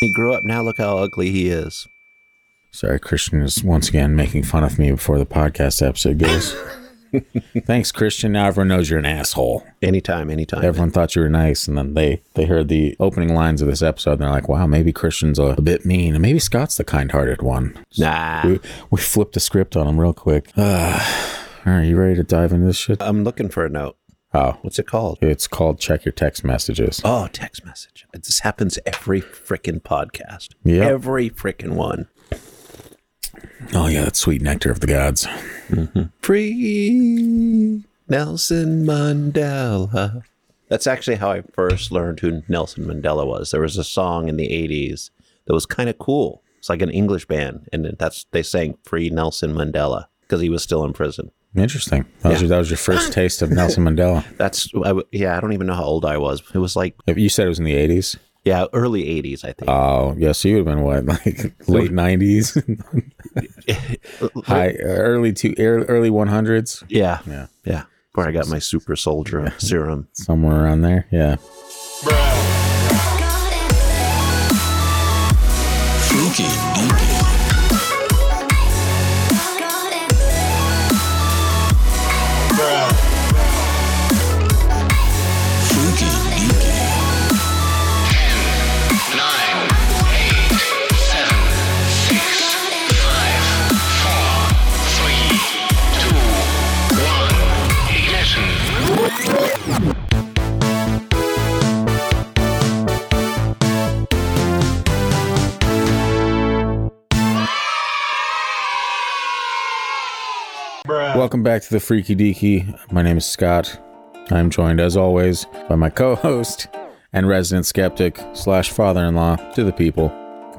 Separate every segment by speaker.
Speaker 1: He grew up. Now look how ugly he is.
Speaker 2: Sorry, Christian is once again making fun of me before the podcast episode goes. Thanks, Christian. Now everyone knows you're an asshole.
Speaker 1: Anytime, anytime.
Speaker 2: Everyone thought you were nice, and then they they heard the opening lines of this episode. And they're like, "Wow, maybe Christian's a, a bit mean, and maybe Scott's the kind-hearted one."
Speaker 1: Nah.
Speaker 2: We, we flipped the script on him real quick. Uh, all right, you ready to dive into this shit?
Speaker 1: I'm looking for a note.
Speaker 2: Oh,
Speaker 1: What's it called?
Speaker 2: it's called check your text messages.
Speaker 1: Oh, text message. This happens every freaking podcast.
Speaker 2: Yep.
Speaker 1: Every freaking one.
Speaker 2: Oh yeah, that sweet nectar of the gods.
Speaker 1: Free Nelson Mandela. That's actually how I first learned who Nelson Mandela was. There was a song in the 80s that was kind of cool. It's like an English band, and that's they sang "Free Nelson Mandela" because he was still in prison.
Speaker 2: Interesting. That was, your, that was your first taste of Nelson Mandela.
Speaker 1: That's I w yeah. I don't even know how old I was. It was like
Speaker 2: If You said it was in the eighties.
Speaker 1: yeah, early '80s, I think.
Speaker 2: Oh yeah, so you would have been what, like late nineties, high early to early one hundreds,
Speaker 1: yeah,
Speaker 2: yeah.
Speaker 1: yeah. Where I got my super soldier serum.
Speaker 2: somewhere around there. Yeah.
Speaker 3: Spooky Dooky. Spooky Dooky. Nine, eight, seven, six, five, four, three, two, one. Ignition.
Speaker 2: Welcome back to the Freaky Deaky. My name is Scott. I'm joined, as always, by my co-host and resident skeptic slash father-in-law to the people,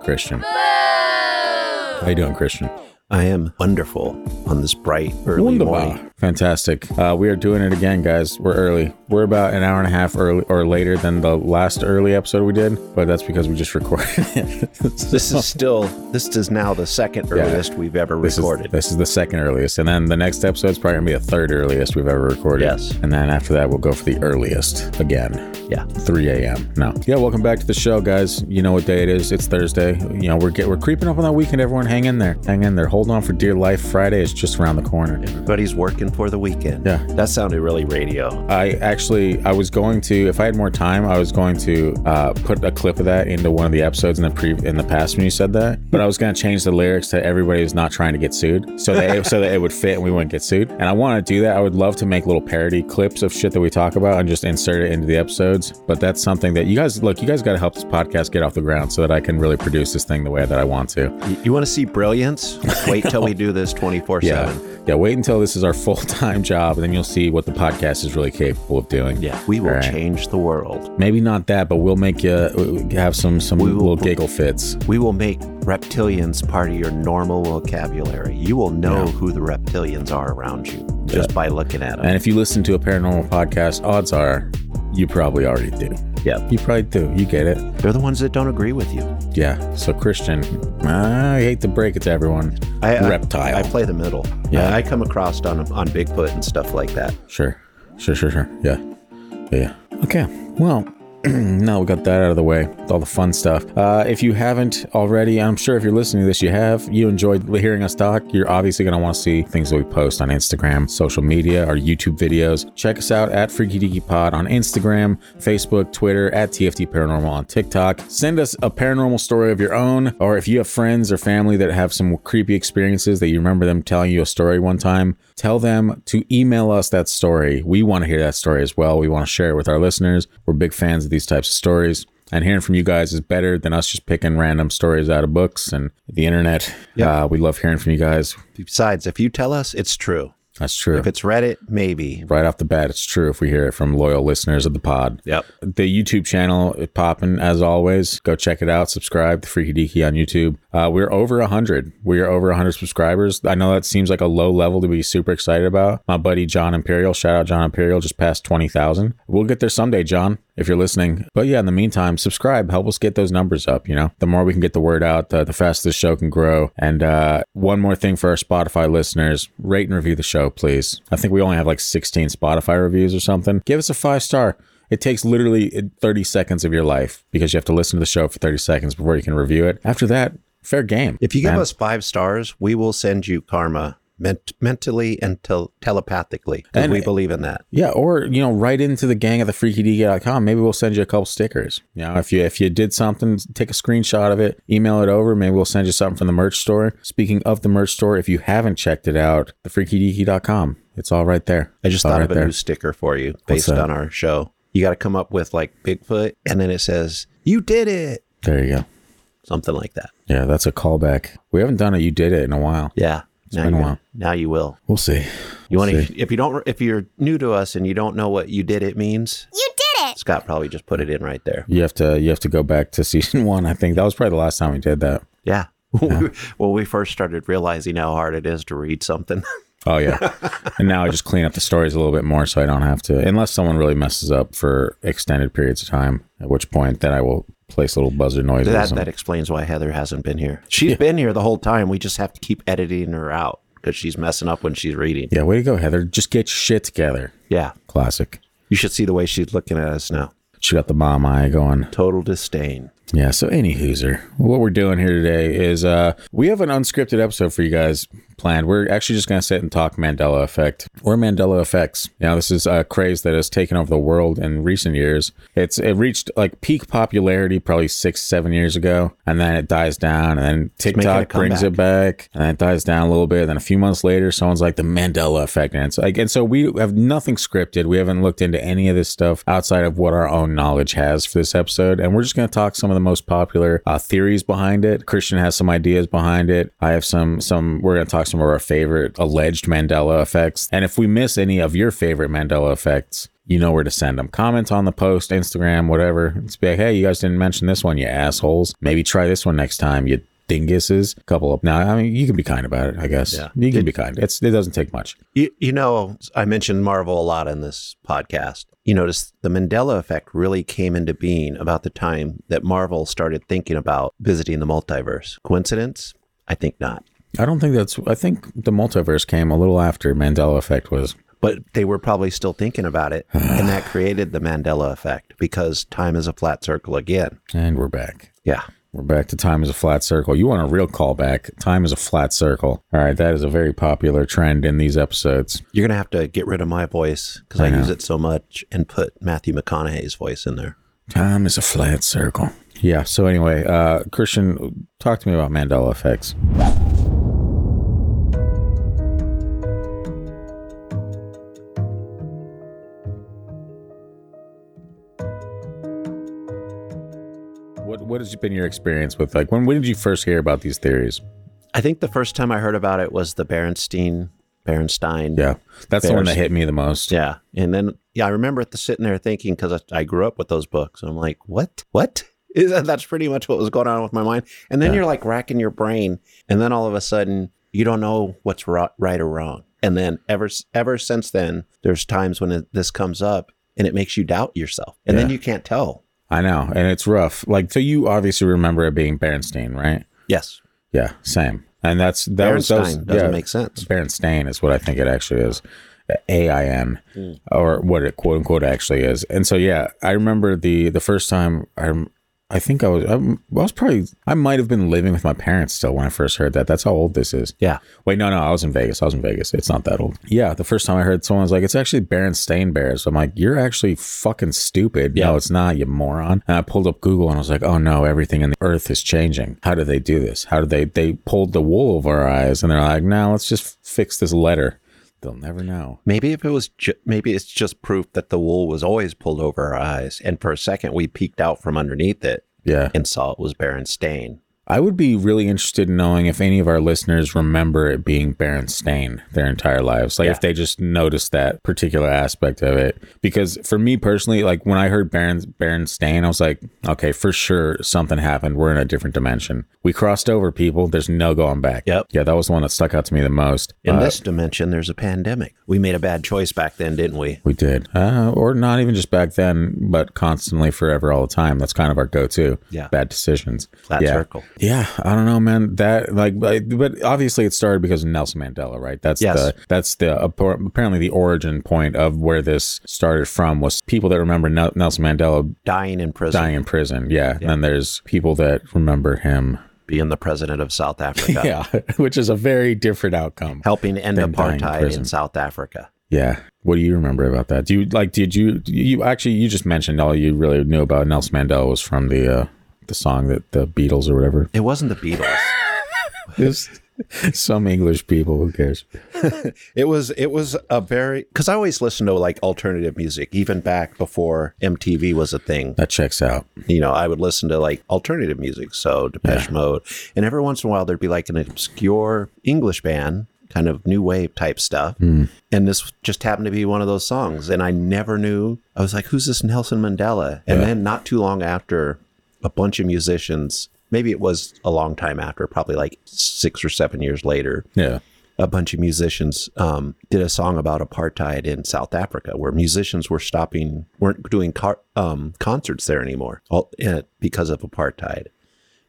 Speaker 2: Christian. How you doing, Christian?
Speaker 1: I am wonderful on this bright early morning.
Speaker 2: Fantastic. Uh, we are doing it again, guys. We're early. We're about an hour and a half early or later than the last early episode we did, but that's because we just recorded it.
Speaker 1: This is still this is now the second earliest we've ever
Speaker 2: This is-
Speaker 1: recorded.
Speaker 2: This is, the second earliest. And then the next episode is probably going to be the third earliest we've ever recorded.
Speaker 1: Yes.
Speaker 2: And then after that, we'll go for the earliest again.
Speaker 1: yeah.
Speaker 2: 3 a.m. No. Yeah, welcome back to the show, guys. You know what day it is. It's Thursday. You know, we're get, we're creeping up on that weekend. Everyone hang in there. Hang in there. Hold on for dear life. Friday is just around the corner.
Speaker 1: Everybody's working for the weekend.
Speaker 2: Yeah.
Speaker 1: That sounded really radio.
Speaker 2: I actually I was going to if I had more time I was going to uh, put a clip of that into one of the episodes in the pre in the past when you said that but I was going to change the lyrics to everybody who's not trying to get sued so that it, so that it would fit and we wouldn't get sued and I want to do that I would love to make little parody clips of shit that we talk about and just insert it into the episodes but that's something that you guys look you guys got to help this podcast get off the ground so that I can really produce this thing the way that I want to
Speaker 1: You, you want to see brilliance? Wait till we do this 24
Speaker 2: yeah
Speaker 1: 7.
Speaker 2: yeah wait until this is our full time job and then you'll see what the podcast is really capable of doing
Speaker 1: Yeah. We will
Speaker 2: All right.
Speaker 1: change the world.
Speaker 2: Maybe not that, but we'll make you have some some
Speaker 1: We will-
Speaker 2: little giggle fits.
Speaker 1: We will make reptilians part of your normal vocabulary. You will know who the reptilians are around you just by looking at them.
Speaker 2: And if you listen to a paranormal podcast, odds are you probably already do.
Speaker 1: yeah.
Speaker 2: You probably do. You get it.
Speaker 1: They're the ones that don't agree with you.
Speaker 2: Yeah. So Christian, I hate to break it to everyone.
Speaker 1: I, I-
Speaker 2: Reptile.
Speaker 1: I, play the middle.
Speaker 2: Yeah.
Speaker 1: I, I come across on, on Bigfoot and stuff like that.
Speaker 2: sure. Sure. Sure. Sure. Yeah. Yeah. Okay. Well. now we got that out of the way. with All the fun stuff. Uh, if you haven't already, I'm sure if you're listening to this, you have. You enjoyed hearing us talk. You're obviously going to want to see things that we post on Instagram, social media, our YouTube videos. Check us out at Freaky Deaky Pod on Instagram, Facebook, Twitter, at TFT Paranormal on TikTok. Send us a paranormal story of your own, or if you have friends or family that have some creepy experiences that you remember them telling you a story one time, tell them to email us that story. We want to hear that story as well. We want to share it with our listeners. We're big fans of these types of stories. And hearing from you guys is better than us just picking random stories out of books and the internet.
Speaker 1: Yeah.
Speaker 2: Uh, we love hearing from you guys.
Speaker 1: Besides, if you tell us, it's true.
Speaker 2: That's true.
Speaker 1: If it's Reddit, maybe.
Speaker 2: right off the bat, it's true if we hear it from loyal listeners of the pod.
Speaker 1: Yep.
Speaker 2: The YouTube channel is popping as always. Go check it out. Subscribe to Freaky Deaky on YouTube. Uh, we're over 100. We're over 100 subscribers. I know that seems like a low level to be super excited about. My buddy John Imperial, shout out John Imperial, just passed 20,000. We'll get there someday, John, if you're listening. But yeah, in the meantime, subscribe. Help us get those numbers up. You know, the more we can get the word out, uh, the, the faster the show can grow. And uh, one more thing for our Spotify listeners rate and review the show, please. I think we only have like 16 Spotify reviews or something. Give us a five star. It takes literally 30 seconds of your life because you have to listen to the show for 30 seconds before you can review it. After that, fair game.
Speaker 1: If you give
Speaker 2: man.
Speaker 1: us five stars, we will send you karma ment- mentally and tel- telepathically. And
Speaker 2: And-
Speaker 1: we believe in that.
Speaker 2: Yeah, or you know, right into the gang at thefreakydeek.com. Maybe we'll send you a couple stickers. You know, if you if you did something, take a screenshot of it, email it over. Maybe we'll send you something from the merch store. Speaking of the merch store, if you haven't checked it out, thefreakydeaky.com. It's all right there.
Speaker 1: I just
Speaker 2: All
Speaker 1: thought
Speaker 2: right
Speaker 1: of a
Speaker 2: there.
Speaker 1: new sticker for you based
Speaker 2: that?
Speaker 1: on our show. You got to come up with like Bigfoot, and then it says, You did it.
Speaker 2: There you go.
Speaker 1: Something like that.
Speaker 2: Yeah, that's a callback. We haven't done it. You did it in a while.
Speaker 1: Yeah. Now
Speaker 2: been a
Speaker 1: you,
Speaker 2: while.
Speaker 1: now you will.
Speaker 2: We'll see.
Speaker 1: You
Speaker 2: We'll
Speaker 1: want
Speaker 2: see.
Speaker 1: to? If you don't, if you're new to us and you don't know what "you did it" means,
Speaker 4: You did it!
Speaker 1: Scott probably just put it in right there.
Speaker 2: You have to you have to go back to season one. I think that was probably the last time we did that.
Speaker 1: Yeah. when we first started realizing how hard it is to read something,
Speaker 2: Oh yeah. and now I just clean up the stories a little bit more so I don't have to unless someone really messes up for extended periods of time, at which point then I will place little buzzer noises.
Speaker 1: that
Speaker 2: and-
Speaker 1: that explains why Heather hasn't been here. She's been here the whole time. We just have to keep editing her out because she's messing up when she's reading.
Speaker 2: yeah, way to go, Heather. Just get your shit together.
Speaker 1: Yeah.
Speaker 2: Classic.
Speaker 1: You should see the way she's looking at us now.
Speaker 2: She got the mom eye going.
Speaker 1: Total disdain.
Speaker 2: Yeah, so any hooser. What we're doing here today is uh we have an unscripted episode for you guys planned. We're actually just gonna sit and talk Mandela effect or Mandela effects. You know, this is a craze that has taken over the world in recent years. It's it reached like peak popularity probably six, seven years ago, and then it dies down and then
Speaker 1: making a
Speaker 2: TikTok brings
Speaker 1: comeback.
Speaker 2: it back and then it dies down a little bit. And then a few months later, someone's like the Mandela effect. And it's like, and so we have nothing scripted. We haven't looked into any of this stuff outside of what our own knowledge has for this episode. And we're just going to talk some of the most popular uh, theories behind it. Christian has some ideas behind it. I have some, some, we're going to talk some of our favorite alleged Mandela effects. And if we miss any of your favorite Mandela effects, you know where to send them. Comment on the post, Instagram, whatever. It's be like, hey, you guys didn't mention this one, you assholes. Maybe try this one next time, you dinguses. Couple of now, I mean, you can be kind about it, I guess.
Speaker 1: Yeah.
Speaker 2: You can be kind. It's it doesn't take much.
Speaker 1: You, you know, I mentioned Marvel a lot in this podcast. You notice the Mandela effect really came into being about the time that Marvel started thinking about visiting the multiverse. Coincidence? I think not.
Speaker 2: I don't think that's. I think the multiverse came a little after Mandela Effect was.
Speaker 1: But they were probably still thinking about it. and that created the Mandela effect because time is a flat circle again.
Speaker 2: And we're back.
Speaker 1: Yeah.
Speaker 2: We're back to time is a flat circle. You want a real callback? Time is a flat circle. All right, that is a very popular trend in these episodes.
Speaker 1: You're going to have to get rid of my voice because I, use it so much and put Matthew McConaughey's voice in there.
Speaker 2: Time is a flat circle. Yeah. So anyway, uh, Christian, talk to me about Mandela effects. What what has been your experience with like when when did you first hear about these theories?
Speaker 1: I think the first time I heard about it was the Berenstein. Berenstein.
Speaker 2: Yeah, that's the one that
Speaker 1: Bears.
Speaker 2: hit me the most.
Speaker 1: Yeah. And then, yeah, I remember at the sitting there thinking, because I, I grew up with those books. I'm like, what? What? Is that, that's pretty much what was going on with my mind. And then you're like racking your brain. And then all of a sudden, you don't know what's ro- right or wrong. And then ever s- ever since then, there's times when it, this comes up and it makes you doubt yourself. And then
Speaker 2: Yeah.
Speaker 1: you can't tell.
Speaker 2: I know, and it's rough. Like, so you obviously remember it being Berenstein, right?
Speaker 1: Yes.
Speaker 2: Yeah, same. And that's that was, that was
Speaker 1: Berenstein doesn't
Speaker 2: yeah.
Speaker 1: make sense.
Speaker 2: Berenstain is what I think it actually is. A I N, or what it quote unquote actually is. And so yeah, I remember the the first time I rem- I think I was I, I was probably I might have been living with my parents still when I first heard that. That's how old this is.
Speaker 1: Yeah.
Speaker 2: Wait, no, no, I was in Vegas. I was in Vegas. It's not that old. Yeah, the first time I heard someone was like, "It's actually Berenstain Bears." I'm like, "You're actually fucking stupid." No, it's not, you moron. And I pulled up Google and I was like, "Oh no, everything in the earth is changing. How do they do this? How do they they pulled the wool over our eyes?" And they're like, "Now let's just fix this letter." They'll never know.
Speaker 1: Maybe if it was, ju- maybe it's just proof that the wool was always pulled over our eyes. And for a second, we peeked out from underneath it
Speaker 2: Yeah,
Speaker 1: and saw it was Berenstain.
Speaker 2: I would be really interested in knowing if any of our listeners remember it being Berenstain their entire lives. Like if they just noticed that particular aspect of it. Because for me personally, like when I heard Beren, Berenstain, I was like, okay, for sure something happened. We're in a different dimension. We crossed over people. There's no going back.
Speaker 1: Yep.
Speaker 2: Yeah, that was the one that stuck out to me the most.
Speaker 1: In
Speaker 2: Uh,
Speaker 1: this dimension, there's a pandemic. We made a bad choice back then, didn't we?
Speaker 2: we did. Uh, or not even just back then, but constantly, forever, all the time. That's kind of our go to.
Speaker 1: Yeah.
Speaker 2: Bad decisions.
Speaker 1: Flat
Speaker 2: yeah.
Speaker 1: circle.
Speaker 2: Yeah, I don't know, man. That like, but but obviously it started because of Nelson Mandela, right? That's
Speaker 1: Yes.
Speaker 2: the that's the appar- apparently the origin point of where this started from was people that remember Nel- Nelson Mandela
Speaker 1: Dying in prison,
Speaker 2: dying in prison. Yeah, and then there's people that remember him.
Speaker 1: being the president of South Africa,
Speaker 2: Yeah, which is a very different outcome.
Speaker 1: helping end
Speaker 2: Then dying in
Speaker 1: apartheid in
Speaker 2: prison.
Speaker 1: South Africa.
Speaker 2: Yeah. What do you remember about that? Do you like? Did you you actually you just mentioned all you really knew about Nelson Mandela was from the uh, the song that the Beatles or whatever.
Speaker 1: It wasn't the Beatles.
Speaker 2: There's some English people. Who cares?
Speaker 1: It was it was a very because I always listened to like alternative music even back before MTV was a thing.
Speaker 2: That checks out.
Speaker 1: You know, I would listen to like alternative music, so Depeche Mode, and every once in a while there'd be like an obscure English band, kind of new wave type stuff, and this just happened to be one of those songs, and I never knew. I was like, "Who's this Nelson Mandela?" And then not too long after, a bunch of musicians. Maybe it was a long time after, probably like six or seven years later
Speaker 2: Yeah.
Speaker 1: a bunch of musicians um, did a song about apartheid in South Africa, where musicians were stopping, weren't doing car, um, concerts there anymore, all eh, because of apartheid,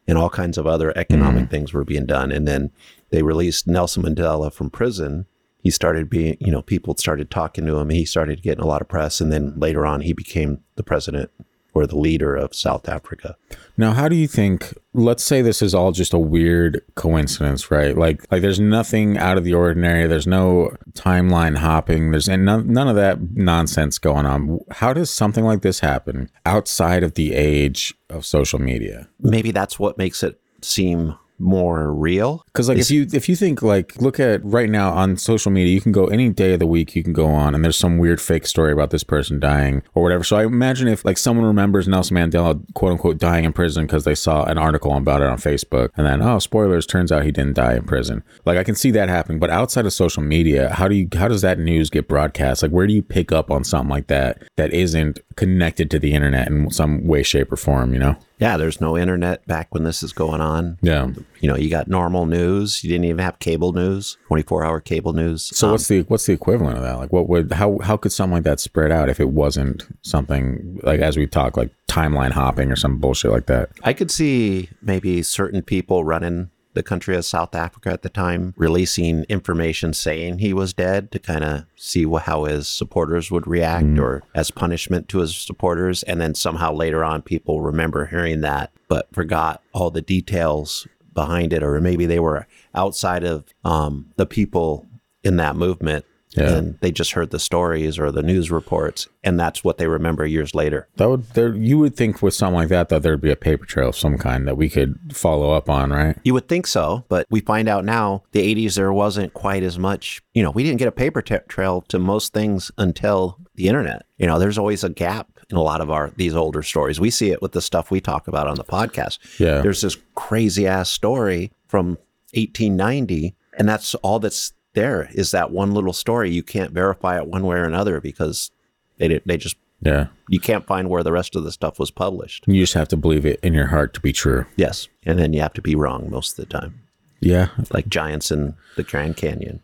Speaker 1: and all kinds of other economic things were being done. And then they released Nelson Mandela from prison. He started being, you know, people started talking to him. He started getting a lot of press, and then later on, he became the president or the leader of South Africa.
Speaker 2: Now, how do you think? Let's say this is all just a weird coincidence, right? Like, like there's nothing out of the ordinary. There's no timeline hopping. There's and none, none of that nonsense going on. How does something like this happen outside of the age of social media?
Speaker 1: Maybe that's what makes it seem more real.
Speaker 2: Because like if you if you think like look at right now on social media, you can go any day of the week. You can go on and there's some weird fake story about this person dying or whatever. So I imagine if like someone remembers Nelson Mandela quote unquote dying in prison because they saw an article about it on Facebook, and then oh spoilers, turns out he didn't die in prison. Like I can see that happening, but outside of social media, how do you how does that news get broadcast? Like where do you pick up on something like that that isn't connected to the internet in some way, shape, or form? You know?
Speaker 1: Yeah, there's no internet back when this is going on.
Speaker 2: Yeah.
Speaker 1: You know, you got normal news. You didn't even have cable news, 24 hour cable news.
Speaker 2: So what's the what's the equivalent of that? Like what would how how could something like that spread out if it wasn't something like as we talk like timeline hopping or some bullshit like that?
Speaker 1: I could see maybe certain people running the country of South Africa at the time releasing information saying he was dead to kind of see wh- how his supporters would react or as punishment to his supporters. And then somehow later on, people remember hearing that but forgot all the details behind it, or maybe they were outside of um, the people in that movement.
Speaker 2: Yeah.
Speaker 1: And they just heard the stories or the news reports, and that's what they remember years later.
Speaker 2: That would there you would think with something like that that there'd be a paper trail of some kind that we could follow up on, right?
Speaker 1: You would think so, but we find out now the 80s there wasn't quite as much. You know, we didn't get a paper ta trail to most things until the internet. You know, there's always a gap in a lot of our these older stories. We see it with the stuff we talk about on the podcast.
Speaker 2: Yeah.
Speaker 1: There's this crazy ass story from 1890 and that's all that's there is that one little story. You can't verify it one way or another because they didn't, they just
Speaker 2: Yeah.
Speaker 1: you can't find where the rest of the stuff was published.
Speaker 2: You just have to believe it in your heart to be true.
Speaker 1: Yes. And then you have to be wrong most of the time.
Speaker 2: Yeah.
Speaker 1: like giants in the Grand Canyon.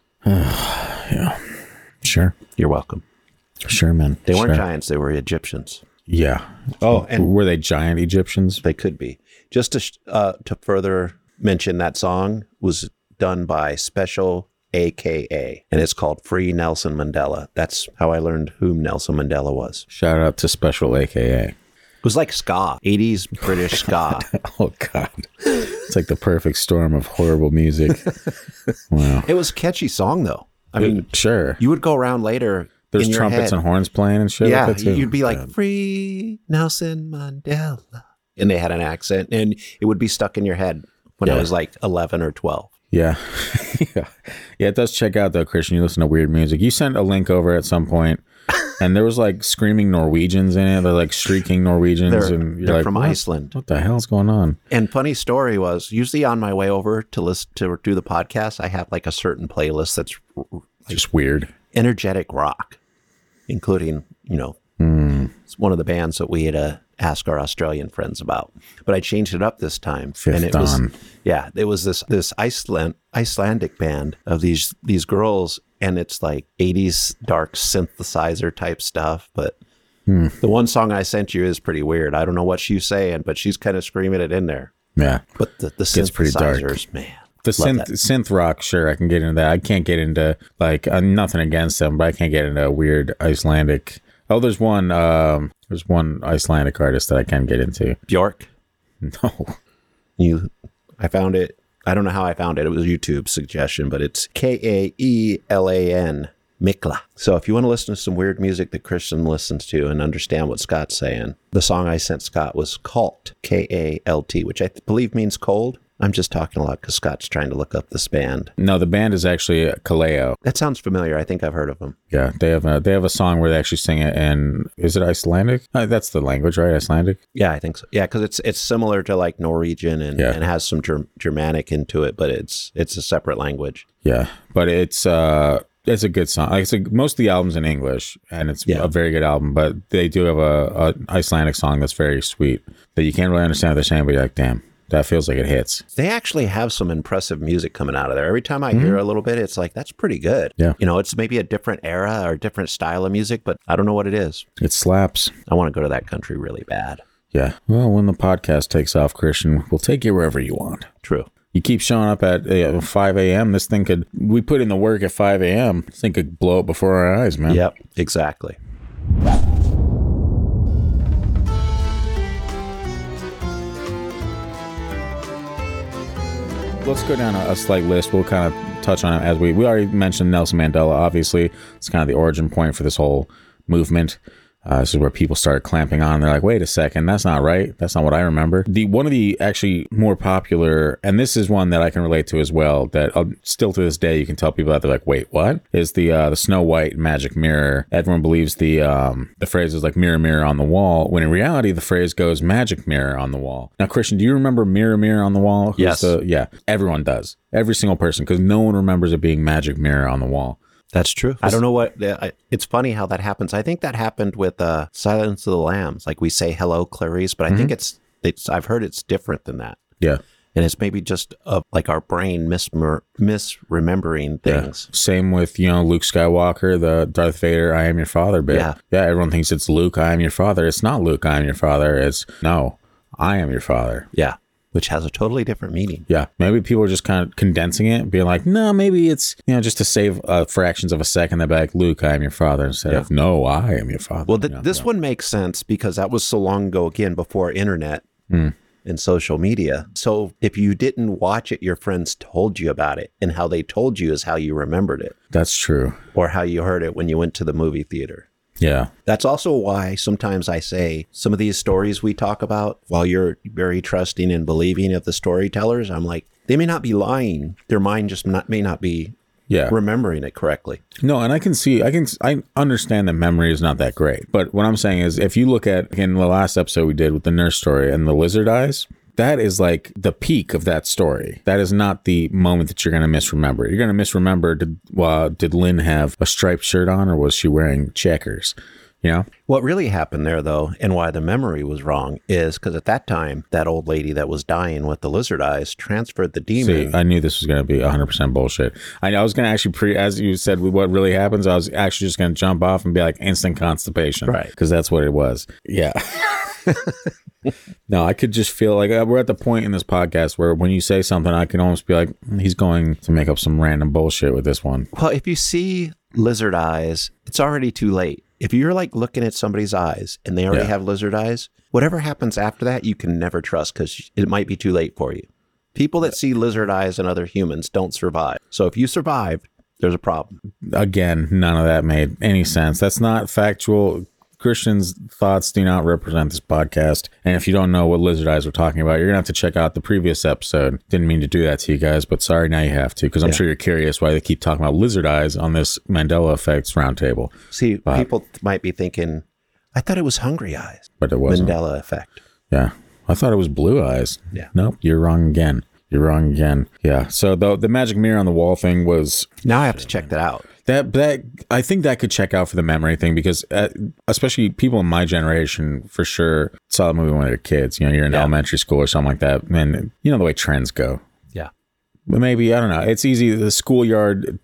Speaker 2: Sure.
Speaker 1: You're welcome.
Speaker 2: Sure, man.
Speaker 1: They weren't
Speaker 2: Sure.
Speaker 1: giants; they were Egyptians.
Speaker 2: Yeah. Oh, and were they giant Egyptians?
Speaker 1: They could be. Just to sh- uh, to further mention, that song was done by Special AKA, and it's called "Free Nelson Mandela." That's how I learned who Nelson Mandela was.
Speaker 2: Shout out to Special AKA.
Speaker 1: It was like ska, '80s British ska.
Speaker 2: Oh God. It's like the perfect storm of horrible music. wow.
Speaker 1: it was a catchy song, though. I mean,
Speaker 2: Sure.
Speaker 1: you would go around later.
Speaker 2: There's
Speaker 1: in your
Speaker 2: trumpets
Speaker 1: head,
Speaker 2: and horns playing and shit.
Speaker 1: Yeah,
Speaker 2: like that too.
Speaker 1: you'd be like free Nelson Mandela, and they had an accent, and it would be stuck in your head when I
Speaker 2: Yeah.
Speaker 1: was like eleven or twelve.
Speaker 2: yeah, yeah, yeah. It does check out though, Christian. You listen to weird music. You sent a link over at some point, and there was like screaming Norwegians in it. They're like shrieking Norwegians,
Speaker 1: They're,
Speaker 2: and you're
Speaker 1: they're
Speaker 2: like,
Speaker 1: from
Speaker 2: what?
Speaker 1: Iceland.
Speaker 2: What the hell's going on?
Speaker 1: And funny story was usually on my way over to listen to do the podcast, I have like a certain playlist that's
Speaker 2: Just weird.
Speaker 1: energetic rock, including you know it's one of the bands that we had uh, asked our Australian friends about. But I changed it up this time,
Speaker 2: Fifth
Speaker 1: and it
Speaker 2: Dawn.
Speaker 1: was yeah, it was this this Iceland Icelandic band of these these girls, and it's like '80s dark synthesizer type stuff, but.
Speaker 2: Hmm.
Speaker 1: The one song I sent you is pretty weird. I don't know what she's saying, but she's kind of screaming it in there.
Speaker 2: Yeah.
Speaker 1: But the, the
Speaker 2: Gets pretty dark.
Speaker 1: synthesizers, man.
Speaker 2: The
Speaker 1: Love
Speaker 2: synth
Speaker 1: that.
Speaker 2: synth rock, sure, I can get into that. I can't get into like uh, nothing against them, but I can't get into weird Icelandic. Oh, there's one. Um, there's one Icelandic artist that I can get into.
Speaker 1: Bjork.
Speaker 2: No,
Speaker 1: You, I found it. I don't know how I found it. It was a YouTube suggestion, but it's K A E L A N Mikla. So if you want to listen to some weird music that Christian listens to and understand what Scott's saying, the song I sent Scott was Cult K A L T, which I th- believe means cold. I'm just talking a lot because Scott's trying to look up this band.
Speaker 2: no. The band is actually uh, Kaleo.
Speaker 1: That sounds familiar. I think I've heard of them.
Speaker 2: Yeah, they have a they have a song where they actually sing it. And is it Icelandic? Uh, that's the language, right? Icelandic.
Speaker 1: Yeah, I think so. Yeah, because it's it's similar to like Norwegian and,
Speaker 2: Yeah.
Speaker 1: and has some Germ- Germanic into it, but it's it's a separate language.
Speaker 2: Yeah, but it's uh it's a good song. Like it's a, most of the albums in English, and it's
Speaker 1: Yeah.
Speaker 2: a very good album. But they do have a, a Icelandic song that's very sweet that you can't really understand what they're saying, but you're like, damn, that feels like it hits.
Speaker 1: They actually have some impressive music coming out of there. Every time I hear a little bit, it's like that's pretty good.
Speaker 2: Yeah.
Speaker 1: you know, it's maybe a different era or different style of music, but I don't know what it is.
Speaker 2: It slaps.
Speaker 1: I want to go to that country really bad.
Speaker 2: Yeah. Well, when the podcast takes off, Christian, we'll take you wherever you want.
Speaker 1: True.
Speaker 2: You keep showing up at uh, 5 a.m. This thing could, we put in the work at 5 a.m. This thing could blow up before our eyes, man.
Speaker 1: Yep. Exactly.
Speaker 2: Let's go down a, a slight list. We'll kind of touch on it as we we already mentioned Nelson Mandela. Obviously, it's kind of the origin point for this whole movement. Uh, this is where people started clamping on. They're like, "Wait a second, that's not right. That's not what I remember." The one of the actually more popular, and this is one that I can relate to as well. That uh, still to this day, you can tell people that they're like, "Wait, what?" Is the uh, the Snow White magic mirror? Everyone believes the um, the phrase is like "mirror, mirror on the wall," when in reality, the phrase goes "magic mirror on the wall." Now, Christian, do you remember "mirror, mirror on the wall"? Who's
Speaker 1: Yes.
Speaker 2: the- yeah, everyone does. Every single person, because no one remembers it being magic mirror on the wall.
Speaker 1: That's true. I don't know what. I- It's funny how that happens. I think that happened with uh, Silence of the Lambs. Like we say hello, Clarice, but I think it's it's. I've heard it's different than that.
Speaker 2: Yeah,
Speaker 1: and it's maybe just uh, like our brain mismer- misremembering things.
Speaker 2: Same with you know Luke Skywalker, the Darth Vader, "I am your father" bit.
Speaker 1: Yeah.
Speaker 2: everyone thinks it's Luke, "I am your father." It's not Luke, "I am your father." It's no, I am your father.
Speaker 1: Yeah. which has a totally different meaning.
Speaker 2: Yeah, maybe people are just kind of condensing it, being like, no, maybe it's you know just to save uh, fractions of a second. They're like, Luke, I am your father, instead of no, I am your father.
Speaker 1: Well, th-
Speaker 2: You know?
Speaker 1: this one makes sense because that was so long ago again before internet and social media. So if you didn't watch it, your friends told you about it, and how they told you is how you remembered it
Speaker 2: that's true.
Speaker 1: or how you heard it when you went to the movie theater.
Speaker 2: Yeah,
Speaker 1: That's also why sometimes I say some of these stories we talk about, while you're very trusting and believing of the storytellers, I'm like, they may not be lying. Their mind just not, may not be
Speaker 2: yeah.
Speaker 1: remembering it correctly.
Speaker 2: No, and I can see, I can, I understand that memory is not that great. But what I'm saying is, if you look at again the last episode we did with the nurse story and the lizard eyes, that is like the peak of that story. That is not the moment that you're going to misremember. You're going to misremember did uh, did Lynn have a striped shirt on or was she wearing checkers? You know,
Speaker 1: What really happened there, though, and why the memory was wrong is because at that time, that old lady that was dying with the lizard eyes transferred the demon.
Speaker 2: See, I knew this was going to be 100% bullshit. I, I was going to actually pre, as you said, with what really happens, I was actually just going to jump off and be like instant constipation.
Speaker 1: Right.
Speaker 2: Because that's what it was. Yeah. no, I could just feel like uh, we're at the point in this podcast where when you say something, I can almost be like, "Mm, he's going to make up some random bullshit with this one.
Speaker 1: well, if you see lizard eyes, it's already too late. If you're like looking at somebody's eyes and they already
Speaker 2: Yeah.
Speaker 1: have lizard eyes, whatever happens after that, you can never trust because it might be too late for you. People that see lizard eyes and other humans don't survive. So if you survive, there's a problem.
Speaker 2: Again, none of that made any sense. That's not factual. Christian's thoughts do not represent this podcast. And if you don't know what lizard eyes we're talking about, you're going to have to check out the previous episode. Didn't mean to do that to you guys, but sorry, now you have to, because I'm sure you're curious why they keep talking about lizard eyes on this Mandela Effects roundtable.
Speaker 1: See, people th- might be thinking, I thought it was hungry eyes,
Speaker 2: But it wasn't.
Speaker 1: Mandela effect.
Speaker 2: Yeah. I thought it was blue eyes.
Speaker 1: Yeah.
Speaker 2: Nope, you're wrong again. You're wrong again. Yeah. So the, the magic mirror on the wall thing was
Speaker 1: Now I have to check that out.
Speaker 2: That that I think that could check out for the memory thing because uh, especially people in my generation for sure saw the movie when they were kids. You know, you're in
Speaker 1: Yeah.
Speaker 2: elementary school or something like that, and you know the way trends go.
Speaker 1: Yeah.
Speaker 2: But maybe I don't know. It's easy. The schoolyard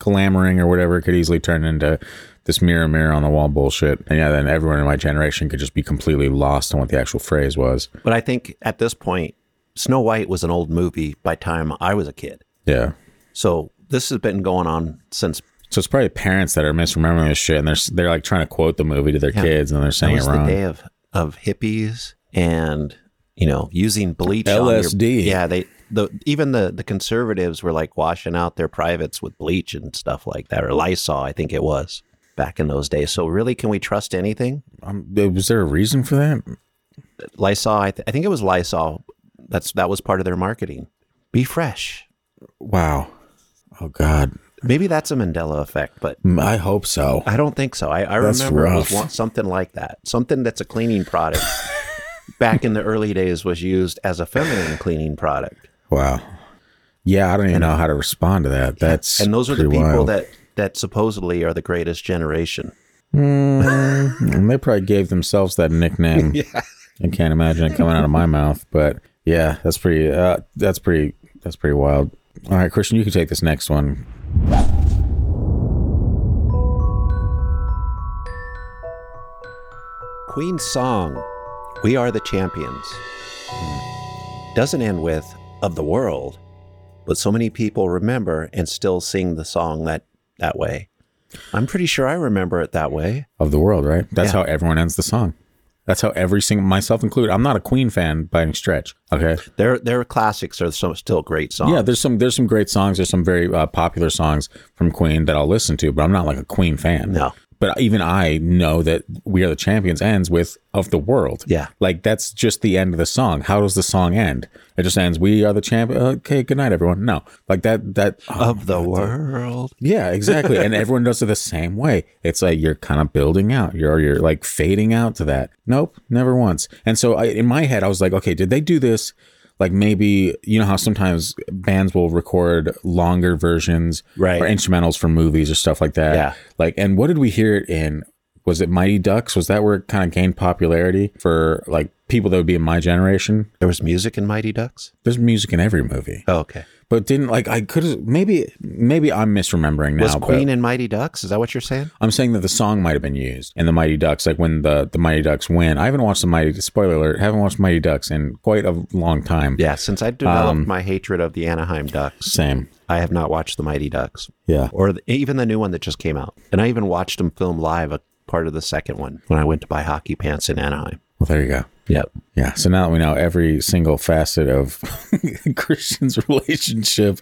Speaker 2: clamoring or whatever could easily turn into this mirror mirror on the wall bullshit, and yeah, then everyone in my generation could just be completely lost on what the actual phrase was.
Speaker 1: But I think at this point, Snow White was an old movie by time I was a kid.
Speaker 2: Yeah.
Speaker 1: So this has been going on since
Speaker 2: So it's probably parents that are misremembering this shit, and they're s- they're like trying to quote the movie to their kids, and they're saying
Speaker 1: it
Speaker 2: it
Speaker 1: was the
Speaker 2: wrong.
Speaker 1: day of, of hippies and you know using bleach on your,
Speaker 2: LSD.
Speaker 1: yeah they the even the the conservatives were like washing out their privates with bleach and stuff like that or lysol i think it was back in those days so really can we trust anything
Speaker 2: Um, was there a reason for that?
Speaker 1: lysol i, th- I think it was lysol that's that was part of their marketing be fresh
Speaker 2: Wow. Oh God.
Speaker 1: maybe that's a mandela effect but
Speaker 2: Mm, I hope so.
Speaker 1: i don't think so i, I
Speaker 2: That's
Speaker 1: remember it was
Speaker 2: rough.
Speaker 1: one, something like that something that's a cleaning product back in the early days was used as a feminine cleaning product
Speaker 2: Wow. Yeah, I don't even know how to respond to that. That's
Speaker 1: and those are the
Speaker 2: pretty
Speaker 1: people
Speaker 2: wild.
Speaker 1: that that supposedly are the greatest generation
Speaker 2: Mm, they probably gave themselves that nickname. I can't imagine it coming out of my mouth, but yeah, that's pretty. Uh, that's pretty. That's pretty wild. All right, Christian, you can take this next one.
Speaker 1: queen's song we are the champions doesn't end with of the world but so many people remember and still sing the song that that way i'm pretty sure i remember it that way
Speaker 2: of the world, right? That's
Speaker 1: Yeah.
Speaker 2: how everyone ends the song. That's how every single, myself included. I'm not a Queen fan by any stretch. Okay.
Speaker 1: their their classics are so, still great songs
Speaker 2: Yeah, there's some there's some great songs. There's some very uh, popular songs from Queen that I'll listen to, but I'm not like a Queen fan.
Speaker 1: No.
Speaker 2: But even I know that "We Are the Champions" ends with "of the world."
Speaker 1: Yeah.
Speaker 2: Like that's just the end of the song. How does the song end? It just ends. We are the champion. Okay. Good night, everyone. No. Like that. That.
Speaker 1: of the world
Speaker 2: Yeah, exactly. and everyone does it the same way. It's like you're kind of building out. You're you're like fading out to that. Nope, never once. And so I, in my head, I was like, okay, did they do this? Like maybe you know how sometimes bands will record longer versions
Speaker 1: Right.
Speaker 2: or instrumentals for movies or stuff like that.
Speaker 1: Yeah.
Speaker 2: Like, and what did we hear it in? Was it Mighty Ducks? Was that where it kind of gained popularity for like people that would be in my generation?
Speaker 1: there was music in mighty ducks
Speaker 2: There's music in every movie,
Speaker 1: oh, okay
Speaker 2: but didn't like I could have maybe maybe I'm misremembering now.
Speaker 1: was
Speaker 2: but-
Speaker 1: queen in mighty ducks is that what you're saying
Speaker 2: I'm saying that the song might have been used in the Mighty Ducks, like when the the Mighty Ducks win. I haven't watched the Mighty spoiler alert, haven't watched Mighty Ducks in quite a long time.
Speaker 1: yeah Um, since i developed my hatred of the anaheim ducks
Speaker 2: Same.
Speaker 1: I have not watched the Mighty Ducks.
Speaker 2: Yeah.
Speaker 1: Or the, even the new one that just came out. And I even watched them film live a part of the second one when I went to buy hockey pants in Anaheim.
Speaker 2: Well, there you go.
Speaker 1: Yep.
Speaker 2: Yeah. So now that we know every single facet of Christian's relationship